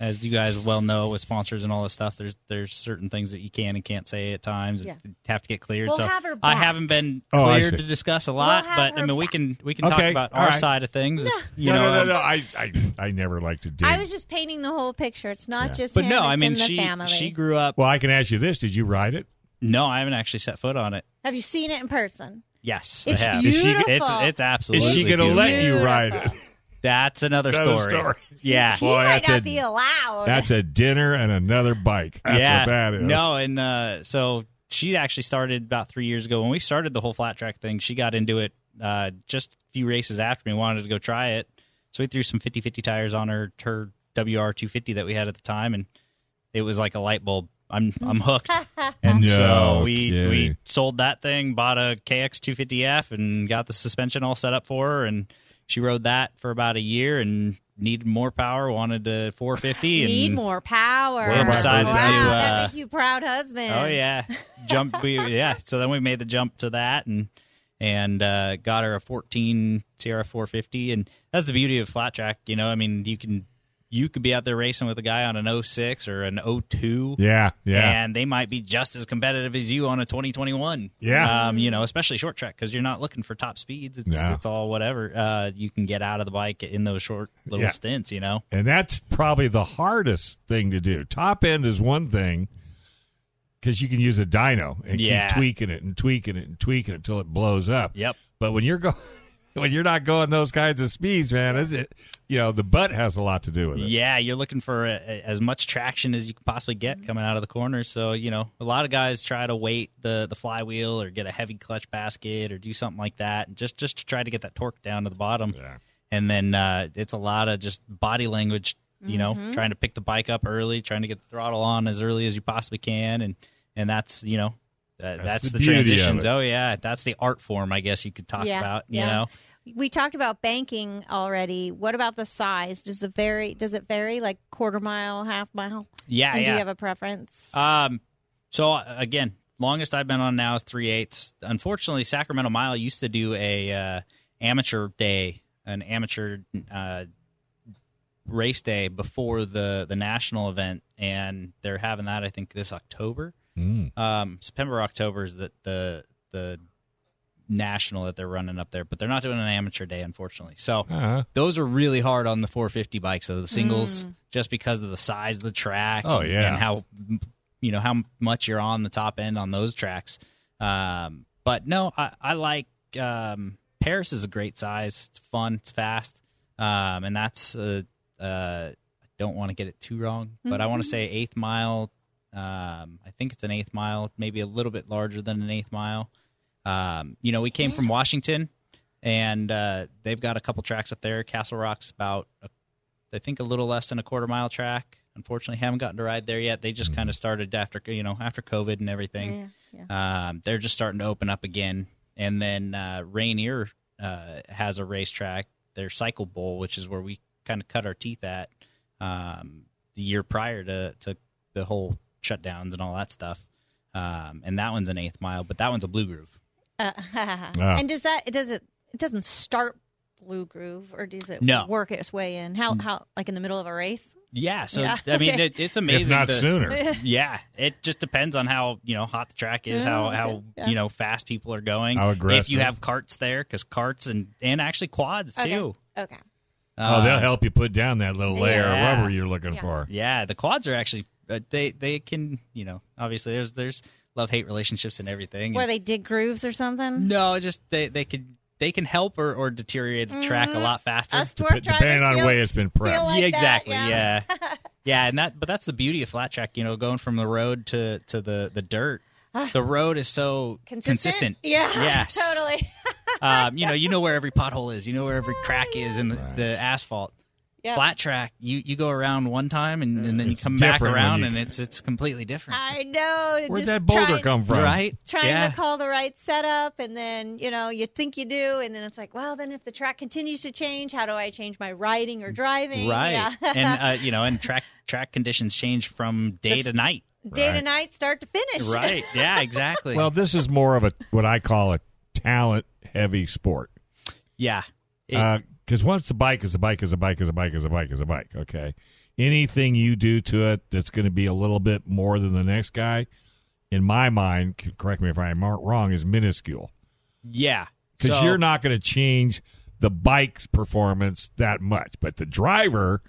S6: as you guys well know, with sponsors and all this stuff, there's there's certain things that you can and can't say at times.
S5: Yeah.
S6: Have to get cleared.
S5: We'll
S6: so
S5: have her
S6: I
S5: back.
S6: haven't been
S4: Oh, I
S6: cleared
S4: see.
S6: to discuss a lot,
S5: We'll have
S6: but I
S5: her
S6: mean we
S5: back.
S6: can we can
S4: Okay,
S6: talk about
S4: all
S6: our
S4: right.
S6: side of things. if, you
S4: no,
S6: know,
S4: no,
S6: um,
S4: no, no. I, I I never like to do.
S5: I was just painting the whole picture. It's not
S4: Yeah.
S5: just
S6: But
S5: him,
S6: no,
S5: it's
S6: I mean
S5: in the
S6: she
S5: family.
S6: she grew up.
S4: well, I can ask you this: Did you ride it?
S6: No, I haven't actually set foot on it.
S5: Have you seen it in person?
S6: Yes,
S5: It's
S6: I have.
S5: Is she-
S6: it's
S5: beautiful.
S6: it's
S4: Is
S6: absolutely.
S4: she going to
S6: beautiful.
S4: let you ride
S6: *laughs*
S4: it?
S5: Beautiful.
S6: That's another,
S4: Another
S6: story.
S4: story.
S6: *laughs* Yeah.
S5: He
S4: Boy,
S5: might
S4: that's
S5: not
S4: a-
S5: be allowed.
S4: That's a dinner and another bike. That's
S6: yeah.
S4: what that is.
S6: No, and uh, so she actually started about three years ago when we started the whole flat track thing. She got into it uh, just a few races after me, wanted to go try it. So we threw some 50 50 tires on her, her WR250 that we had at the time, and it was like a light bulb. I'm I'm hooked. And so
S4: No
S6: we
S4: kidding.
S6: we sold that thing, bought a KX250F, and got the suspension all set up for her. And she rode that for about a year and needed more power, wanted to 450.
S5: *laughs*
S6: and
S5: Need more power.
S4: Well, I
S6: decided
S5: wow,
S6: to, uh,
S5: that make you proud husband.
S6: Oh yeah, jump. We, yeah. So then we made the jump to that and and uh, got her a 14 Sierra 450, and that's the beauty of flat track. You know, I mean, you can you could be out there racing with a guy on an 06 or an 02.
S4: Yeah, yeah,
S6: And they might be just as competitive as you on a 2021.
S4: Yeah.
S6: Um, you know, especially short track because you're not looking for top speeds. It's,
S4: No.
S6: it's all whatever uh, you can get out of the bike in those short little
S4: Yeah.
S6: stints, you know?
S4: and that's probably the hardest thing to do. Top end is one thing because you can use a dyno and
S6: Yeah.
S4: keep tweaking it and tweaking it and tweaking it until it blows up.
S6: Yep.
S4: But when you're going, *laughs* when you're not going those kinds of speeds, man, is it? You know, the butt has a lot to do with it.
S6: Yeah, you're looking for a, a- as much traction as you can possibly get coming out of the corner. So you know, a lot of guys try to weight the the flywheel or get a heavy clutch basket or do something like that, just just to try to get that torque down to the bottom.
S4: Yeah.
S6: And then uh, it's a lot of just body language, you know,
S5: Mm-hmm.
S6: trying to pick the bike up early, trying to get the throttle on as early as you possibly can, and and that's you know. Uh, that's,
S4: the
S6: the,
S4: beauty of
S6: transitions.
S4: it.
S6: Oh yeah, that's the art form, I guess you could talk
S5: Yeah,
S6: about. You
S5: yeah.
S6: know,
S5: We talked about banking already. What about the size? Does the vary? Does it vary? Like quarter mile, half mile?
S6: yeah,
S5: and
S6: yeah.
S5: do you have a preference?
S6: Um, so uh, again, longest I've been on now is three eighths. Unfortunately, Sacramento Mile used to do a uh, amateur day, an amateur uh, race day before the the national event, and they're having that I think this October.
S4: Mm.
S6: Um, September October is the the the national that they're running up there, but they're not doing an amateur day unfortunately. So
S4: Uh-huh.
S6: those are really hard on the 450 bikes though the singles just because of the size of the track
S4: Oh,
S6: and-
S4: yeah.
S6: and how you know how much you're on the top end on those tracks um but no i i like um paris is a great size it's fun it's fast um and that's uh uh i don't want to get it too wrong but i want to say eighth mile um i think it's an eighth mile maybe a little bit larger than an eighth mile um you know we came from washington and uh, they've got a couple tracks up there. Castle Rock's about, a, I think, a little less than a quarter mile track. Unfortunately, haven't gotten to ride there yet. They
S4: Mm-hmm.
S6: just kind of started after you know after COVID and everything.
S5: Yeah, yeah.
S6: Um, they're just starting to open up again, and then uh, Rainier uh, has a racetrack, their Cycle Bowl, which is where we kind of cut our teeth at um, the year prior to to the whole shutdowns and all that stuff. Um, and that one's an eighth mile, but that one's a blue groove.
S5: Uh, *laughs* And does that? It does it? It doesn't start Blue Groove, or does it
S6: No. Mm.
S5: work its way in? How how like in the middle of a race?
S6: Yeah, so
S5: Yeah,
S6: I mean,
S5: *laughs* okay.
S6: it, it's
S4: if
S6: amazing.
S4: not
S6: to-
S5: *laughs*
S6: *laughs*
S4: sooner.
S6: yeah, it just depends on how you know hot the track is,
S5: Yeah,
S6: how
S5: okay,
S6: how
S5: yeah.
S6: you know fast people are going,
S4: How
S6: If you
S4: aggressive.
S6: have carts there, because carts and and actually quads
S5: Okay.
S6: too.
S5: Okay.
S4: oh, they'll
S6: Uh,
S4: help you put down that little layer
S6: Yeah.
S4: of rubber you're looking
S5: Yeah.
S4: for.
S6: Yeah, the quads are actually uh, they they can you know obviously there's there's love hate relationships and everything.
S5: Where
S6: and-
S5: they dig grooves or something?
S6: no, just they they could they can help or, or deteriorate the track a
S5: Mhm.
S6: lot faster.
S5: Us
S4: Dep-
S5: dwarf drivers
S4: depending on the
S5: feel-
S4: way it's been prepped.
S5: feel like
S6: yeah,
S5: that,
S6: exactly.
S5: yeah. *laughs*
S6: yeah. yeah. and that but that's the beauty of flat track, you know, going from the road to to the the dirt. The road is so
S5: Ah. Consistent?
S6: consistent.
S5: Yeah. *laughs*
S6: Yes.
S5: totally.
S6: Um, you know, you know where every pothole is, you know where every crack is in the, the asphalt.
S5: Yeah.
S6: Flat track, you, you go around one time and, and then you
S4: It's
S6: come back
S4: different when
S6: around
S4: you-
S6: and it's it's completely different.
S5: I know.
S4: *laughs* Where'd
S5: just
S4: that boulder
S5: trying-
S4: come from?
S6: Right?
S5: Uh, Trying
S6: yeah.
S5: to call the right setup, and then you know you think you do, and then it's like, well, then if the track continues to change, how do I change my riding or driving?
S6: Right.
S5: Yeah. *laughs*
S6: *laughs* and uh, you know, and track track conditions change from day
S5: *laughs*
S6: to night.
S5: Day to
S4: Right.
S5: night, start to finish.
S6: Right. Yeah, exactly.
S4: Well, this is more of a what I call a talent heavy sport.
S6: yeah. It-
S4: uh, Because once the bike is a bike is a bike is a bike is a bike is a bike. Okay, anything you do to it that's going to be a little bit more than the next guy, in my mind, c- correct me if I'm mar- wrong, is minuscule.
S6: yeah.
S4: Because
S6: So-
S4: you're not going to change the bike's performance that much, but the driver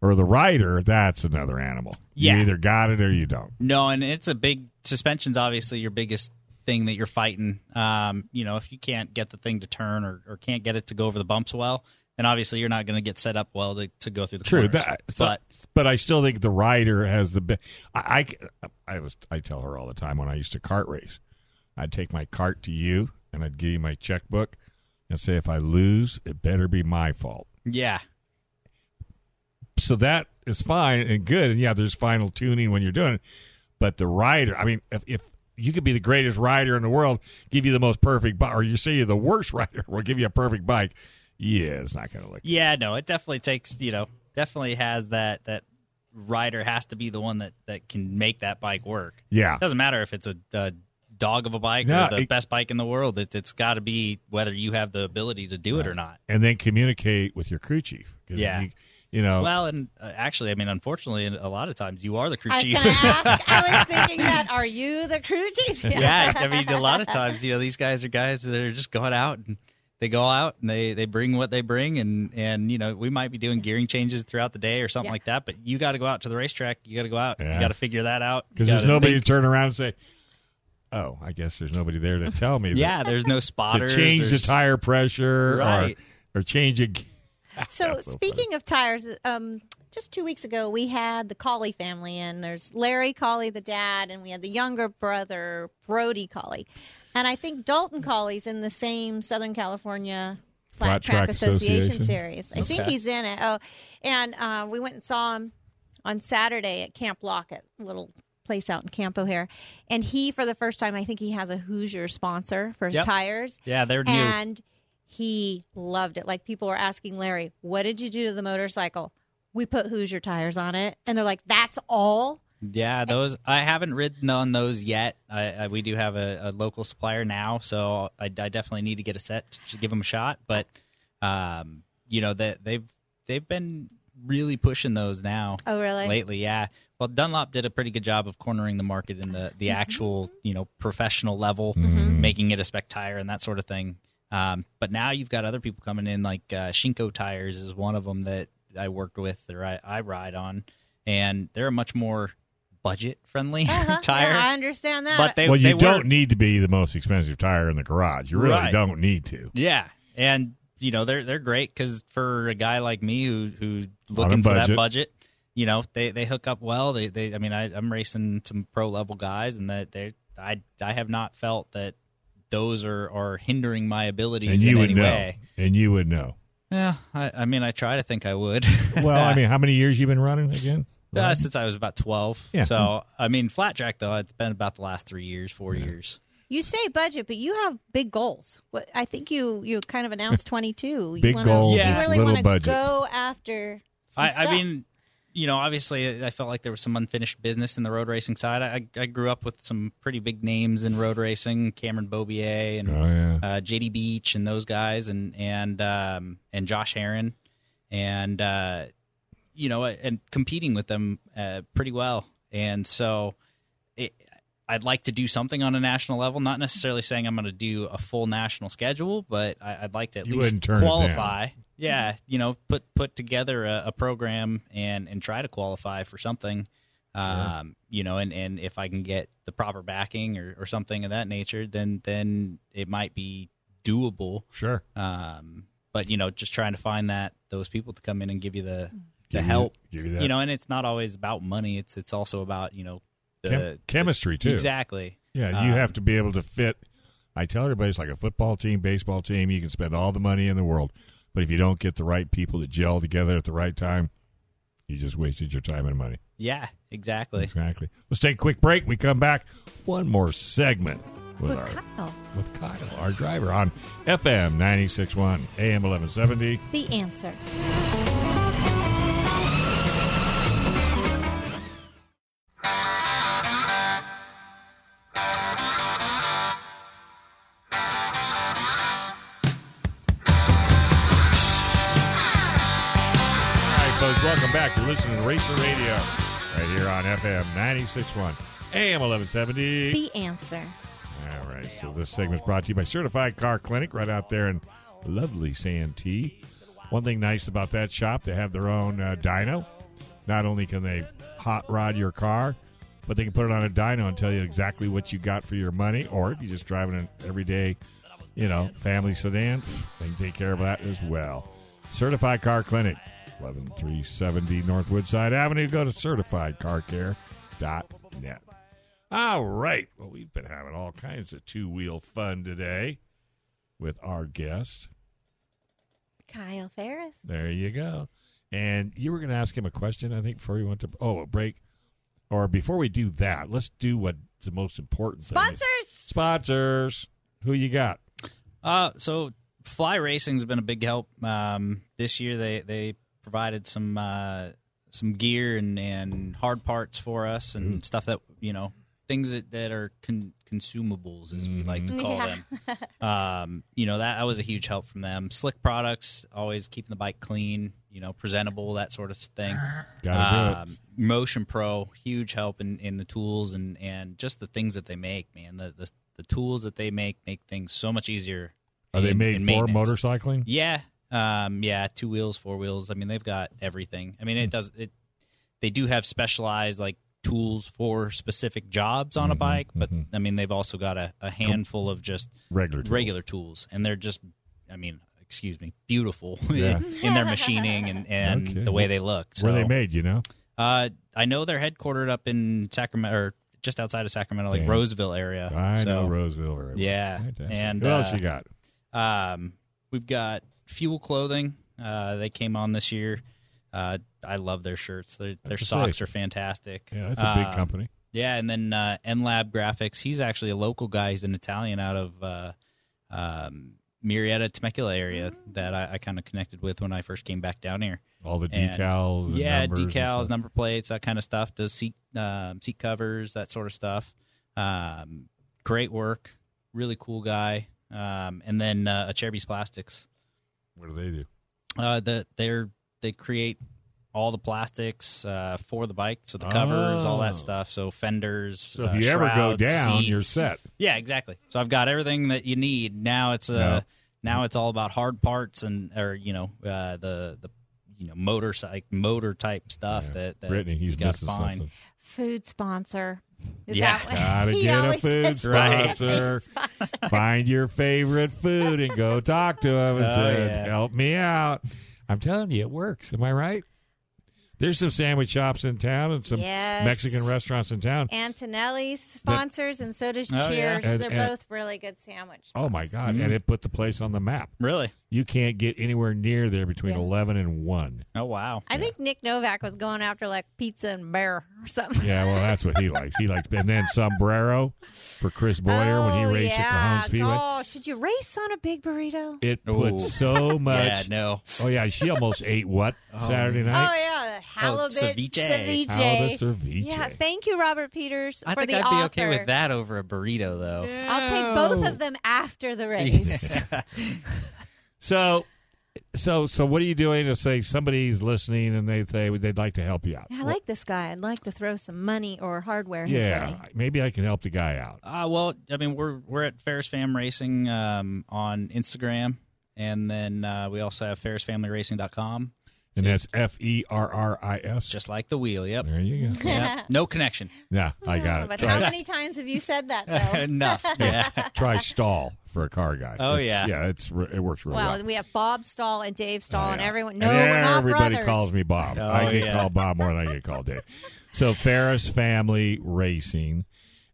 S4: or the rider, that's another animal.
S6: Yeah.
S4: you either got it or you don't.
S6: No, and it's a big suspension's obviously your biggest thing that you're fighting. Um, you know, if you can't get the thing to turn or, or can't get it to go over the bumps well, then obviously you're not going to get set up well to, to go through the
S4: True,
S6: corners.
S4: that, so-
S6: but
S4: but I still think the rider has the best. I, I I was I tell her all the time when I used to cart race, I'd take my cart to you and I'd give you my checkbook and say if I lose, it better be my fault.
S6: yeah,
S4: So that is fine and good, and yeah, there's final tuning when you're doing it. But the rider, I mean, if, if you could be the greatest rider in the world, give you the most perfect bike, or you say you're the worst *laughs* rider, will give you a perfect bike. Yeah, it's not going to look.
S6: yeah, no, it definitely takes you know definitely has that that rider has to be the one that that can make that bike work.
S4: Yeah,
S6: Doesn't matter if it's a, a dog of a bike
S4: No,
S6: or the
S4: it-
S6: best bike in the world. It, it's got to be whether you have the ability to do it or not.
S4: and then communicate with your crew chief. 'Cause
S6: Yeah.
S4: you, you know,
S6: Well, and uh, actually, I mean, unfortunately, a lot of times you are the crew
S5: I was
S6: chief.
S5: going to
S6: *laughs*
S5: ask. I was thinking that. Are you the crew chief?
S6: yeah,
S5: *laughs*
S6: I mean, a lot of times, you know, these guys are guys that are just going out and they go out and they they bring what they bring, and and you know, we might be doing gearing changes throughout the day or something
S5: Yeah.
S6: like that, but you got to go out to the racetrack. You got to go out.
S4: Yeah.
S6: You got to figure that out You
S4: Because there's
S6: gotta
S4: nobody
S6: think-
S4: to turn around and say, "Oh, I guess there's nobody there to tell
S6: *laughs*
S4: me." that-
S6: Yeah, there's
S4: *laughs*
S6: no
S4: to
S6: spotters.
S4: change the
S6: there's-
S4: tire pressure
S6: Right.
S4: or or change a. g- *laughs*
S5: So
S4: That's so
S5: speaking of tires, um, just two weeks ago we had the Colley family in. There's Larry Colley, the dad, and we had the younger brother Brody Colley, and I think Dalton Colley's in the same Southern California
S4: Flat
S5: Flat, Track,
S4: Track
S5: Association,
S4: Association.
S5: series. I think
S6: Okay.
S5: he's in it. Oh, and uh, we went and saw him on Saturday at Camp Lockett, a little place out in Camp O'Hare, and he for the first time I think he has a Hoosier sponsor for his
S6: Yep.
S5: tires
S6: Yeah, they're new.
S5: and he loved it. Like people were asking Larry, "What did you do to the motorcycle?" We put Hoosier tires on it, and they're like, "That's all."
S6: Yeah, those I haven't ridden on those yet. I, I we do have a, a local supplier now, so I, I definitely need to get a set to give them a shot. But um, you know that they've they've been really pushing those now
S5: Oh, really?
S6: lately. Yeah, well, Dunlop did a pretty good job of cornering the market in the the actual you know professional level,
S4: Mm.
S6: making it a spec tire and that sort of thing. Um, but now you've got other people coming in, like uh, Shinko Tires is one of them that I worked with or I, I ride on, and they're a much more budget *laughs* friendly
S5: *laughs* Uh-huh.
S6: tire.
S5: Yeah, I understand that.
S6: but they
S4: well, you
S6: they
S4: don't
S6: were-
S4: need to be the most expensive tire in the garage. You really
S6: Right.
S4: don't need to.
S6: Yeah, and you know they're they're great because for a guy like me who who
S4: On
S6: looking
S4: a
S6: for that
S4: budget.
S6: budget, you know they they hook up well. They they I mean I, I'm racing some pro level guys and that they I I have not felt that those are are hindering my abilities
S4: And you
S6: in
S4: would
S6: any
S4: know.
S6: way.
S4: And you would know.
S6: Yeah, I, I mean I try to think I would.
S4: Well,
S6: *laughs*
S4: I mean, how many years you been running again?
S6: Uh, since I was about twelve,
S4: Yeah.
S6: so I mean flat track though it's been about the last three years, four years.
S5: You say budget, but you have big goals. What I think you you kind of
S6: *laughs*
S5: announced twenty two.
S4: Big goals,
S5: You
S6: Yeah.
S5: really
S4: little
S5: wanna
S4: budget.
S5: Go after. some
S6: I,
S5: stuff.
S6: I mean, you know, obviously, I felt like there was some unfinished business in the road racing side. I, I grew up with some pretty big names in road racing, Cameron Bobier and
S4: Oh yeah.
S6: uh, JD Beach and those guys, and and um, and Josh Heron, and uh, you know, and competing with them uh, pretty well. And so, it, I'd like to do something on a national level. Not necessarily saying I'm going to do a full national schedule, but I, I'd like to at
S4: You
S6: least
S4: wouldn't turn it down.
S6: qualify. Yeah, you know, put put together a, a program and and try to qualify for something. Um, you know, and, and if I can get the proper backing or, or something of that nature, then then it might be doable.
S4: Sure.
S6: Um, but you know, just trying to find that those people to come in and give you the the
S4: Give you-
S6: help.
S4: give you that.
S6: know, and it's not always about money. It's it's also about you know the
S4: Chem- chemistry too.
S6: Exactly.
S4: Yeah, you
S6: Um,
S4: have to be able to fit. I tell everybody it's like a football team, baseball team. You can spend all the money in the world, but if you don't get the right people that gel together at the right time, you just wasted your time and money.
S6: Yeah, exactly.
S4: Exactly. Let's take a quick break. We come back. One more segment with
S5: But
S4: our
S5: Kyle,
S4: with Kyle, our driver on FM 961 AM 1170.
S5: the answer.
S4: All right, folks, welcome back. You're listening to Racer Radio right here on FM 961 AM 1170.
S5: The answer.
S4: All right. So this segment's brought to you by Certified Car Clinic right out there in lovely Santee. One thing nice about that shop, they have their own uh, dyno. Not only can they hot rod your car, but they can put it on a dyno and tell you exactly what you got for your money. Or if you're just driving an everyday, you know, family sedan, they can take care of that as well. Certified Car Clinic, 11370 North Woodside Avenue. Go to certifiedcarcare.net. All right. Well, we've been having all kinds of two wheel fun today with our guest.
S5: Kyle Ferris.
S4: There you go. And you were going to ask him a question, I think, before we went to oh a break, or before we do that, let's do what's the most important thing.
S5: Sponsors.
S4: Sponsors. Who you got?
S6: Uh, so Fly Racing's been a big help. Um, this year they they provided some uh, some gear and, and hard parts for us and stuff that you know things that, that are con- consumables as we like to call
S5: Yeah.
S6: them. um, you know that, that was a huge help from them. Slick products, always keeping the bike clean, you know, presentable, that sort of thing.
S4: Got to do it.
S6: Um, Motion Pro, huge help in, in the tools and, and just the things that they make, man. The, the the tools that they make make things so much easier.
S4: Are they
S6: in-
S4: made
S6: in
S4: for
S6: Uh, maintenance.
S4: motorcycling?
S6: Yeah, um, yeah, two wheels, four wheels. I mean, they've got everything. I mean,
S4: Hmm.
S6: it does it. They do have specialized like tools for specific jobs
S4: Mm-hmm,
S6: on a bike, but I mean, they've also got a, a handful of just
S4: Regular tools.
S6: regular tools, and they're just, I mean, excuse me, beautiful
S4: Yeah.
S6: *laughs* in their machining and and
S4: Okay.
S6: the way they look. So.
S4: Where they made, you know?
S6: Uh, I know they're headquartered up in Sacramento, or just outside of Sacramento, like
S4: Yeah.
S6: Roseville area.
S4: I
S6: Uh, So,
S4: know Roseville very well.
S6: Yeah,
S4: Fantastic.
S6: and,
S4: who else
S6: uh,
S4: you got?
S6: Um, we've got Fuel Clothing. Uh, they came on this year. Uh, I love their shirts. Their their
S4: to
S6: socks
S4: say.
S6: are fantastic.
S4: Yeah, that's a big
S6: Um,
S4: company.
S6: Yeah, and then uh, NLab Graphics. He's actually a local guy. He's an Italian out of uh, um, Marietta, Temecula area
S4: Mm.
S6: that I, I kind of connected with when I first came back down here.
S4: All the
S6: and-
S4: decals.
S6: yeah,
S4: and numbers and
S6: decals,
S4: stuff.
S6: number plates, that kind of stuff. Does seat um, seat covers, that sort of stuff. Um, great work, really cool guy. Um, and then uh, Acherbys Plastics.
S4: What do they do?
S6: Uh, the they're they create all the plastics uh, for the bike, so the covers, all
S4: Oh.
S6: that stuff. So fenders.
S4: So if
S6: uh,
S4: you ever go
S6: shrouds,
S4: down, you're
S6: seats.
S4: set.
S6: Yeah, exactly. So I've got everything that you need. Now it's uh
S4: Yeah.
S6: now it's all about hard parts and or you know uh, the the you know motor motor type stuff
S4: Yeah.
S6: that, that
S4: Brittany, he's
S6: you gotta
S4: missing
S6: find. *laughs*
S4: something.
S5: Food sponsor. Is
S6: Yeah.
S5: that what *laughs*
S4: Gotta
S5: he
S4: get a
S5: always
S4: food
S5: says that. *laughs*
S4: sponsor. Find your favorite food and go talk to him and
S6: Oh,
S4: say,
S6: yeah.
S4: "Help me out." I'm telling you, it works. Am I right? There's some sandwich shops in town and some
S5: Yes.
S4: Mexican restaurants in town.
S5: Antonelli sponsors, and so does
S6: yeah.
S5: Cheers.
S4: Oh, And-
S5: They're
S4: and-
S5: both really good sandwich.
S4: Oh my God!
S6: Mm-hmm.
S4: And it put the place on the map.
S6: Really?
S4: You can't get anywhere near there between eleven and one.
S6: Oh wow.
S5: I think Nick Novak was going after like pizza and beer or something.
S4: Yeah, well, that's what he likes. He likes, and then sombrero for Chris Boyer when
S5: Oh,
S4: he raced
S5: yeah.
S4: at Cajon Speedway.
S5: Oh, should you race on a big burrito?
S4: It
S6: Ooh.
S4: put so much.
S6: *laughs* Yeah. No.
S4: Oh yeah, she almost ate what Saturday night?
S5: Oh yeah, the halibut
S6: ceviche.
S5: ceviche.
S4: Halibut ceviche.
S5: Yeah, thank you, Robert Peters,
S6: I
S5: for
S6: think
S5: the
S6: I'd
S5: offer.
S6: be okay with that over a burrito, though.
S5: I'll take both of them after
S6: *laughs*
S5: the race.
S4: So, so, so, what are you doing to say somebody's listening and they say they'd like to help you out?
S5: I like this guy. I'd like to throw some money or hardware his
S4: yeah,
S5: way.
S4: maybe I can help the guy out.
S6: Uh, well, I mean, we're we're at Ferris Fam Racing um, on Instagram, and then uh, we also have ferrisfamilyracing.com,
S4: And that's F E R R I S.
S6: just like the wheel. Yep.
S4: There you
S6: *laughs*
S4: go.
S5: *laughs*
S6: Yep. No connection.
S4: Yeah, I
S5: Oh,
S4: got it.
S5: *laughs* But how
S4: Try,
S5: many times have you said that
S4: *laughs*
S5: though?
S6: Enough. Yeah.
S4: try stall for a car guy.
S6: Oh,
S4: It's-
S6: yeah.
S4: yeah, it's re- it works really
S5: Well,
S4: well.
S5: we have Bob Stahl and Dave Stahl and
S4: Oh, Yeah.
S5: everyone. No,
S4: And
S5: we're not
S4: everybody
S5: brothers.
S4: calls me Bob.
S6: Oh,
S4: I get
S6: yeah.
S4: called Bob more than I get called Dave. So Ferris Family Racing,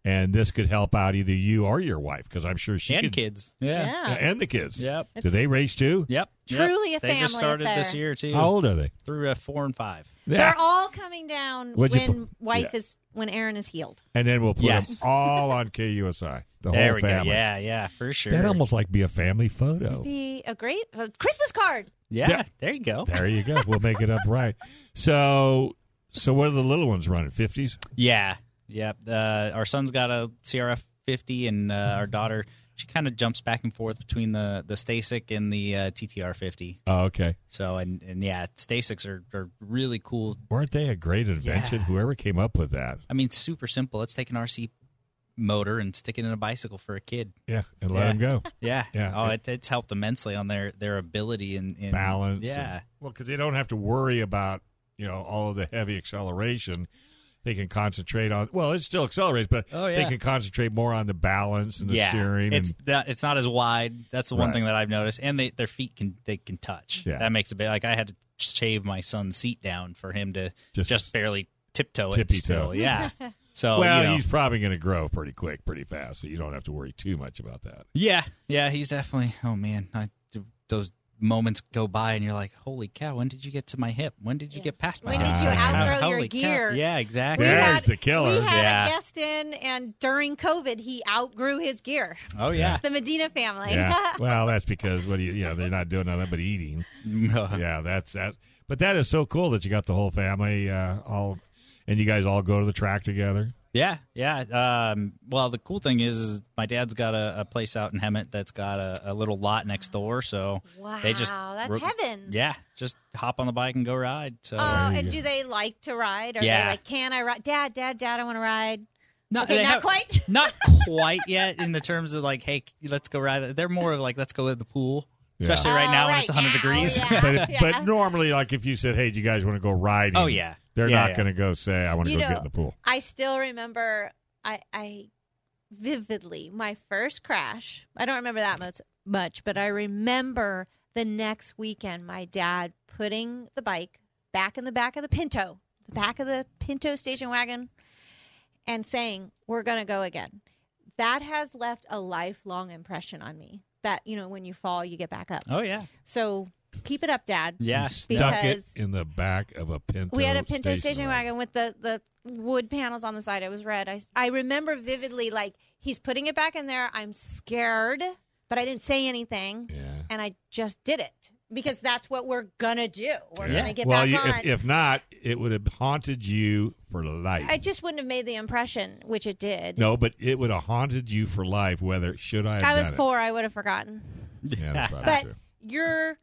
S4: and this could help out either you or your wife because I'm sure she
S6: and
S4: could-
S6: kids.
S5: Yeah.
S4: Yeah, and the kids.
S6: Yep.
S4: Do they race too?
S6: Yep. yep.
S5: Truly a
S6: They just
S5: family
S6: started this
S5: affair.
S6: year too.
S4: How old are they?
S6: Through a four and five.
S4: Yeah.
S5: They're all coming down
S4: What'd you
S5: when
S4: put-
S5: wife
S4: yeah.
S5: is when Aaron is healed.
S4: and then we'll put
S6: Yes.
S4: them all on KUSI. The
S6: there
S4: whole
S6: we
S4: family.
S6: go. Yeah. Yeah. For sure.
S4: That almost like be a family photo.
S5: Be a great a Christmas card.
S6: Yeah.
S4: Yeah.
S6: There you go.
S4: There you go. We'll make it up right. So, so what are the little ones running? Fifties?
S6: Yeah. Yep. Uh, our son's got a CRF 50, and uh,
S4: Hmm.
S6: our daughter, she kind of jumps back and forth between the, the Stasic and the uh, TTR 50.
S4: Oh, okay.
S6: So, and, and yeah, Stasics are, are really cool.
S4: Weren't they a great invention?
S6: Yeah.
S4: Whoever came up with that.
S6: I mean, super simple. Let's take an RC motor and stick it in a bicycle for a kid.
S4: Yeah, and let
S6: Yeah.
S4: them go.
S6: Yeah.
S4: Yeah.
S6: Oh, it, it's helped immensely on their, their ability and, and
S4: Balance.
S6: Yeah.
S4: and- well, because they don't have to worry about you know all of the heavy acceleration. They can concentrate on. Well, it still accelerates, but
S6: Oh,
S4: they
S6: yeah.
S4: can concentrate more on the balance and the
S6: yeah.
S4: steering.
S6: It's
S4: and,
S6: not, it's not as wide. That's the one
S4: Right.
S6: thing that I've noticed. And they, their feet can they can touch.
S4: Yeah.
S6: That makes a bit like I had to shave my son's seat down for him to
S4: Just-
S6: just, barely tiptoe it
S4: Tippy
S6: still.
S4: toe.
S5: *laughs*
S6: Yeah. So
S4: well,
S6: oh, you know.
S4: he's probably going to grow pretty quick, pretty fast, so you don't have to worry too much about that.
S6: Yeah. Yeah, he's definitely oh man, I, those moments go by and you're like, Holy cow, when did you get to my hip? When did you
S5: Yeah.
S6: get past my
S5: When
S6: hip?
S4: did you
S6: Like, how-
S5: outgrow your
S6: holy cow.
S5: gear?
S6: Yeah,
S5: We
S6: exactly.
S4: There's
S5: had-
S4: the killer.
S5: We had
S6: Yeah.
S5: a guest in, and during COVID, he outgrew his gear. *laughs*
S6: Oh yeah.
S5: The Medina family.
S4: Yeah.
S6: *laughs*
S5: *laughs*
S4: well, that's because what do you? You know, they're not doing nothing but eating.
S6: *laughs*
S4: yeah, that's that. But that is so cool that you got the whole family uh, all, and you guys all go to the track together.
S6: Yeah, yeah. Um, well, the cool thing is, is my dad's got a, a place out in Hemet that's got a, a little lot next door, so
S5: wow,
S6: they just
S5: that's
S6: ro-
S5: heaven.
S6: Yeah, just hop on the bike and go ride. So
S5: Oh,
S4: There you
S5: and
S4: go.
S5: do they like to ride? Are
S6: Yeah.
S5: they like, can I ride? Dad, dad, dad, I want to ride.
S6: not,
S5: Okay,
S6: they
S5: not
S6: have-
S5: quite.
S6: not quite yet in the terms of like, hey, let's go ride. They're more of like, let's go to the pool,
S4: Yeah.
S6: especially right
S5: Oh,
S6: now when
S5: right
S6: it's 100
S5: now,
S6: degrees.
S5: yeah.
S4: But it,
S5: Yeah.
S4: but normally, like if you said, "Hey, do you guys want to go riding?"
S6: *laughs* Oh, yeah.
S4: they're
S6: Yeah,
S4: not
S6: yeah.
S4: going to go say, "I want to
S5: You
S4: go
S5: know-
S4: get in the pool."
S5: I still remember, I, I vividly, my first crash. I don't remember that much, much, but I remember the next weekend, my dad putting the bike back in the back of the Pinto, the back of the Pinto station wagon, and saying, We're going to go again. That has left a lifelong impression on me that, you know, when you fall, you get back up.
S6: Oh yeah,
S5: So keep it up, Dad.
S6: yeah.
S4: Stuck it
S5: Because-
S4: in the back of a Pinto.
S5: We had a Pinto station
S4: wagon.
S5: wagon with the, the wood panels on the side. It was red. I, I remember vividly, like, he's putting it back in there. I'm scared, but I didn't say anything.
S4: Yeah.
S5: And I just did it because that's what we're going to do. We're
S4: Yeah.
S5: going to get
S4: well,
S5: back
S4: you,
S5: on.
S4: If, if not, it would have haunted you for life.
S5: I just wouldn't have made the impression, which it did.
S4: no, but it would have haunted you for life. Whether should I? Have
S5: I was
S4: done it?
S5: four. I would have forgotten.
S4: Yeah,
S5: *laughs*
S4: that's probably
S5: But
S4: true.
S5: you're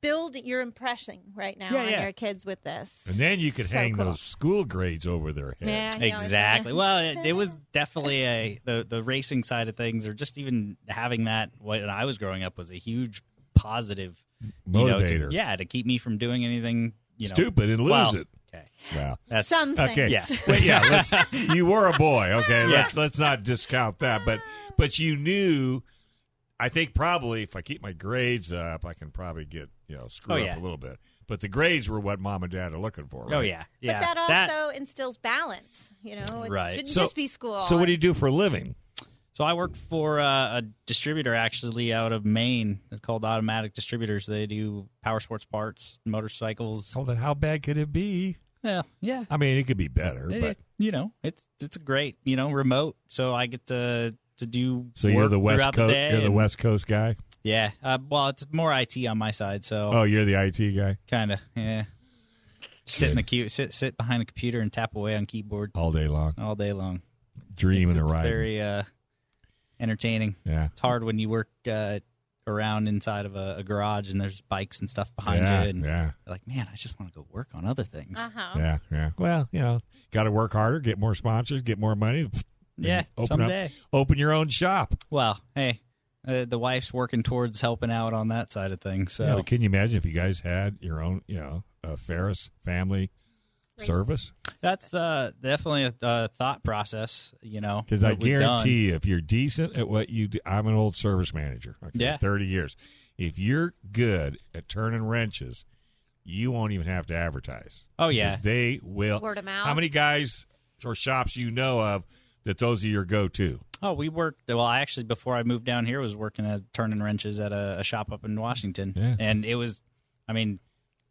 S5: building, you're impressing right now
S6: Yeah,
S5: on
S6: yeah.
S5: your kids with this.
S4: And then you could
S5: So
S4: hang
S5: cool.
S4: those school grades over their head.
S5: Yeah, you know, it's-
S6: Exactly. Well, it,
S5: *laughs*
S6: it was definitely a the the racing side of things, or just even having that when I was growing up was a huge positive you know,
S4: Motivator.
S6: to- yeah, to keep me from doing anything you know,
S4: Stupid and lose
S6: well,
S4: it.
S6: Okay.
S4: Wow.
S6: That's
S5: Something.
S4: Okay.
S6: Yeah.
S4: Well, yeah. Let's, you were a boy. Okay.
S6: Yeah.
S4: Let's let's not discount that. But but you knew. I think probably if I keep my grades up, I can probably get you know screw
S6: Oh,
S4: up
S6: yeah.
S4: a little bit. But the grades were what mom and dad are looking for. Right?
S6: Oh yeah, yeah.
S5: But that also instills balance. You know, it
S6: Right.
S5: shouldn't
S4: So-
S5: just be school.
S4: So what do you do for a living?
S6: So I work for uh, a distributor actually out of Maine. It's called Automatic Distributors. They do power sports parts, motorcycles.
S4: Oh, then how bad could it be?
S6: Yeah, yeah.
S4: I mean, it could be better,
S6: It-
S4: but
S6: it- you know, it's it's great. You know, remote, so I get to to do.
S4: so you're
S6: work
S4: the West
S6: throughout
S4: Coast.
S6: day
S4: you're the
S6: and-
S4: West Coast guy.
S6: Yeah. Uh, well, it's more IT on my side, so
S4: Oh, you're the IT guy
S6: kind of yeah. Sit in the queue. Sit sit behind a computer and tap away on keyboard
S4: all day long,
S6: all day long.
S4: dreaming
S6: it's,
S4: and
S6: it's
S4: riding.
S6: very uh, entertaining.
S4: yeah,
S6: It's hard when you work uh, around inside of a, a garage and there's bikes and stuff behind
S4: yeah,
S6: you, and
S4: yeah,
S6: you're like, man, I just want to go work on other things.
S5: Uh huh.
S4: yeah, yeah. Well, you know, got to work harder, get more sponsors, get more money. and
S6: yeah,
S4: *laughs* open up-
S6: someday.
S4: open your own shop.
S6: Well, hey, uh, the wife's working towards helping out on that side of things. So
S4: Yeah, but can you imagine if you guys had your own, you know, uh, Ferris family service?
S6: that's uh, definitely a, a thought process, you know.
S4: Because I
S6: that we've done.
S4: guarantee you, if you're decent at what you do, I'm an old service manager, okay,
S6: Yeah.
S4: 30 years. If you're good at turning wrenches, you won't even have to advertise.
S6: Oh,
S4: Because
S6: yeah.
S4: They will.
S5: Word of mouth.
S4: How many guys or shops you know of that those are your go to?
S6: Oh, we worked. Well, I actually, before I moved down here, was working as turning wrenches at a, a shop up in Washington.
S4: Yeah.
S6: And it was, I mean,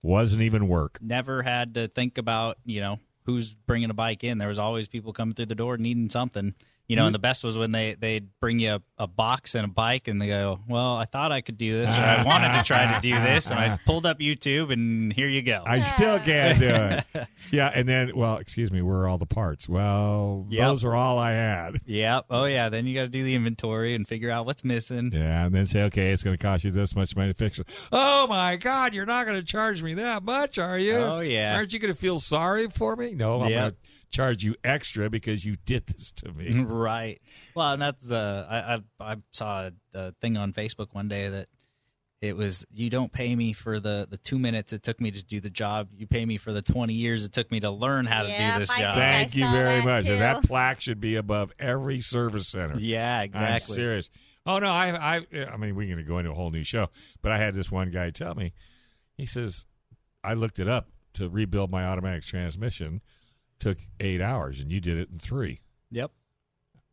S4: Wasn't even work.
S6: never had to think about, you know, who's bringing a bike in. There was always people coming through the door needing something. You know, and the best was when they they'd bring you a, a box and a bike, and they go, "Well, I thought I could do this, or I wanted to try to do this, and I pulled up YouTube, and here you go."
S4: I
S6: *laughs*
S4: still can't do it. yeah. And then, well, excuse me, where are all the parts? Well,
S6: Yep.
S4: those are all I had.
S6: Yep. Oh yeah. Then you got to do the inventory and figure out what's missing.
S4: Yeah, and then say, okay, it's going to cost you this much money to fix it. Oh my God, you're not going to charge me that much, are you?
S6: Oh, yeah.
S4: Aren't you going to feel sorry for me? No, I'm
S6: Yeah.
S4: going to charge you extra because you did this to *laughs*
S6: *laughs*
S4: me.
S6: right. Well, and that's uh, I, I I saw a, a thing on Facebook one day that it was you don't pay me for the the two minutes it took me to do the job. You pay me for the twenty years it took me to learn how to
S5: Yeah,
S6: do this
S5: my
S6: job.
S5: I bad.
S4: Thank you
S5: saw
S4: very
S5: that,
S4: much. And
S5: too.
S4: that plaque should be above every service center.
S6: Yeah. Exactly.
S4: I'm serious. Oh no, I, I, I mean, we're going to go into a whole new show. But I had this one guy tell me, he says, I looked it up to rebuild my automatic transmission, took eight hours, and you did it in three.
S6: Yep.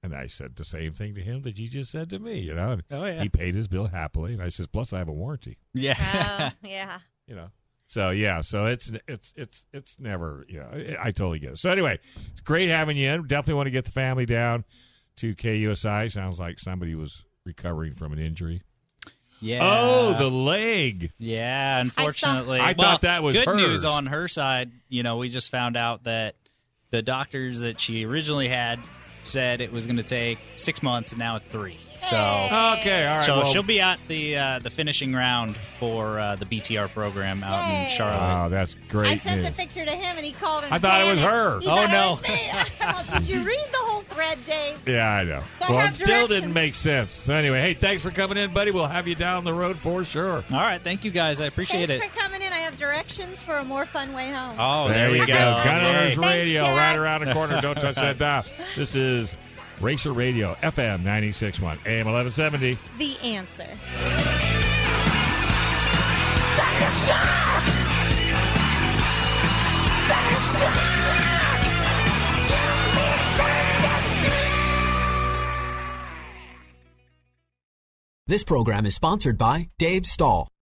S4: And I said the same thing to him that you just said to me, you know. And
S6: Oh yeah.
S4: He paid his bill happily, and I says, "Plus, I have a warranty."
S6: Yeah.
S4: *laughs*
S5: Oh, yeah.
S4: You know, so yeah, so it's it's it's it's never. Yeah, I, I totally get it. So anyway, it's great having you in. Definitely want to get the family down to KUSI. Sounds like somebody was recovering from an injury.
S6: *laughs* yeah.
S4: Oh, the leg.
S6: Yeah, unfortunately.
S4: I
S6: Well,
S4: thought that was
S6: good
S4: hers.
S6: news on her side. You know, we just found out that the doctors that she originally had said it was going to take six months, and now it's three. So,
S4: Okay, all right.
S6: so
S4: well-
S6: she'll be at the uh, the finishing round for uh, the BTR program out in
S5: Yay.
S6: Charlotte.
S4: Wow, that's great.
S5: I sent
S4: news.
S5: the picture to him, and he called. In
S4: I thought it was her.
S5: He
S6: Oh,
S5: thought it
S6: no.
S5: was me. Well, Did you read the whole thread, Dave?
S4: Yeah, I know.
S5: So I
S4: well, it
S5: have
S4: still didn't
S5: directions.
S4: make sense. So anyway, hey, thanks for coming in, buddy. We'll have you down the road for sure.
S6: All right, thank you guys. I appreciate
S5: Thanks
S6: it.
S5: for coming in. I have directions for a more fun way home.
S6: oh, there, we
S4: you
S6: go.
S4: Gun Owners
S6: Yay.
S5: Thanks,
S4: Radio,
S5: Dad.
S4: right around
S6: *laughs*
S4: the corner. Don't touch that dial. This is Racer Radio, FM 96.1, AM 1170.
S5: The answer.
S1: This program is sponsored by Dave Stahl.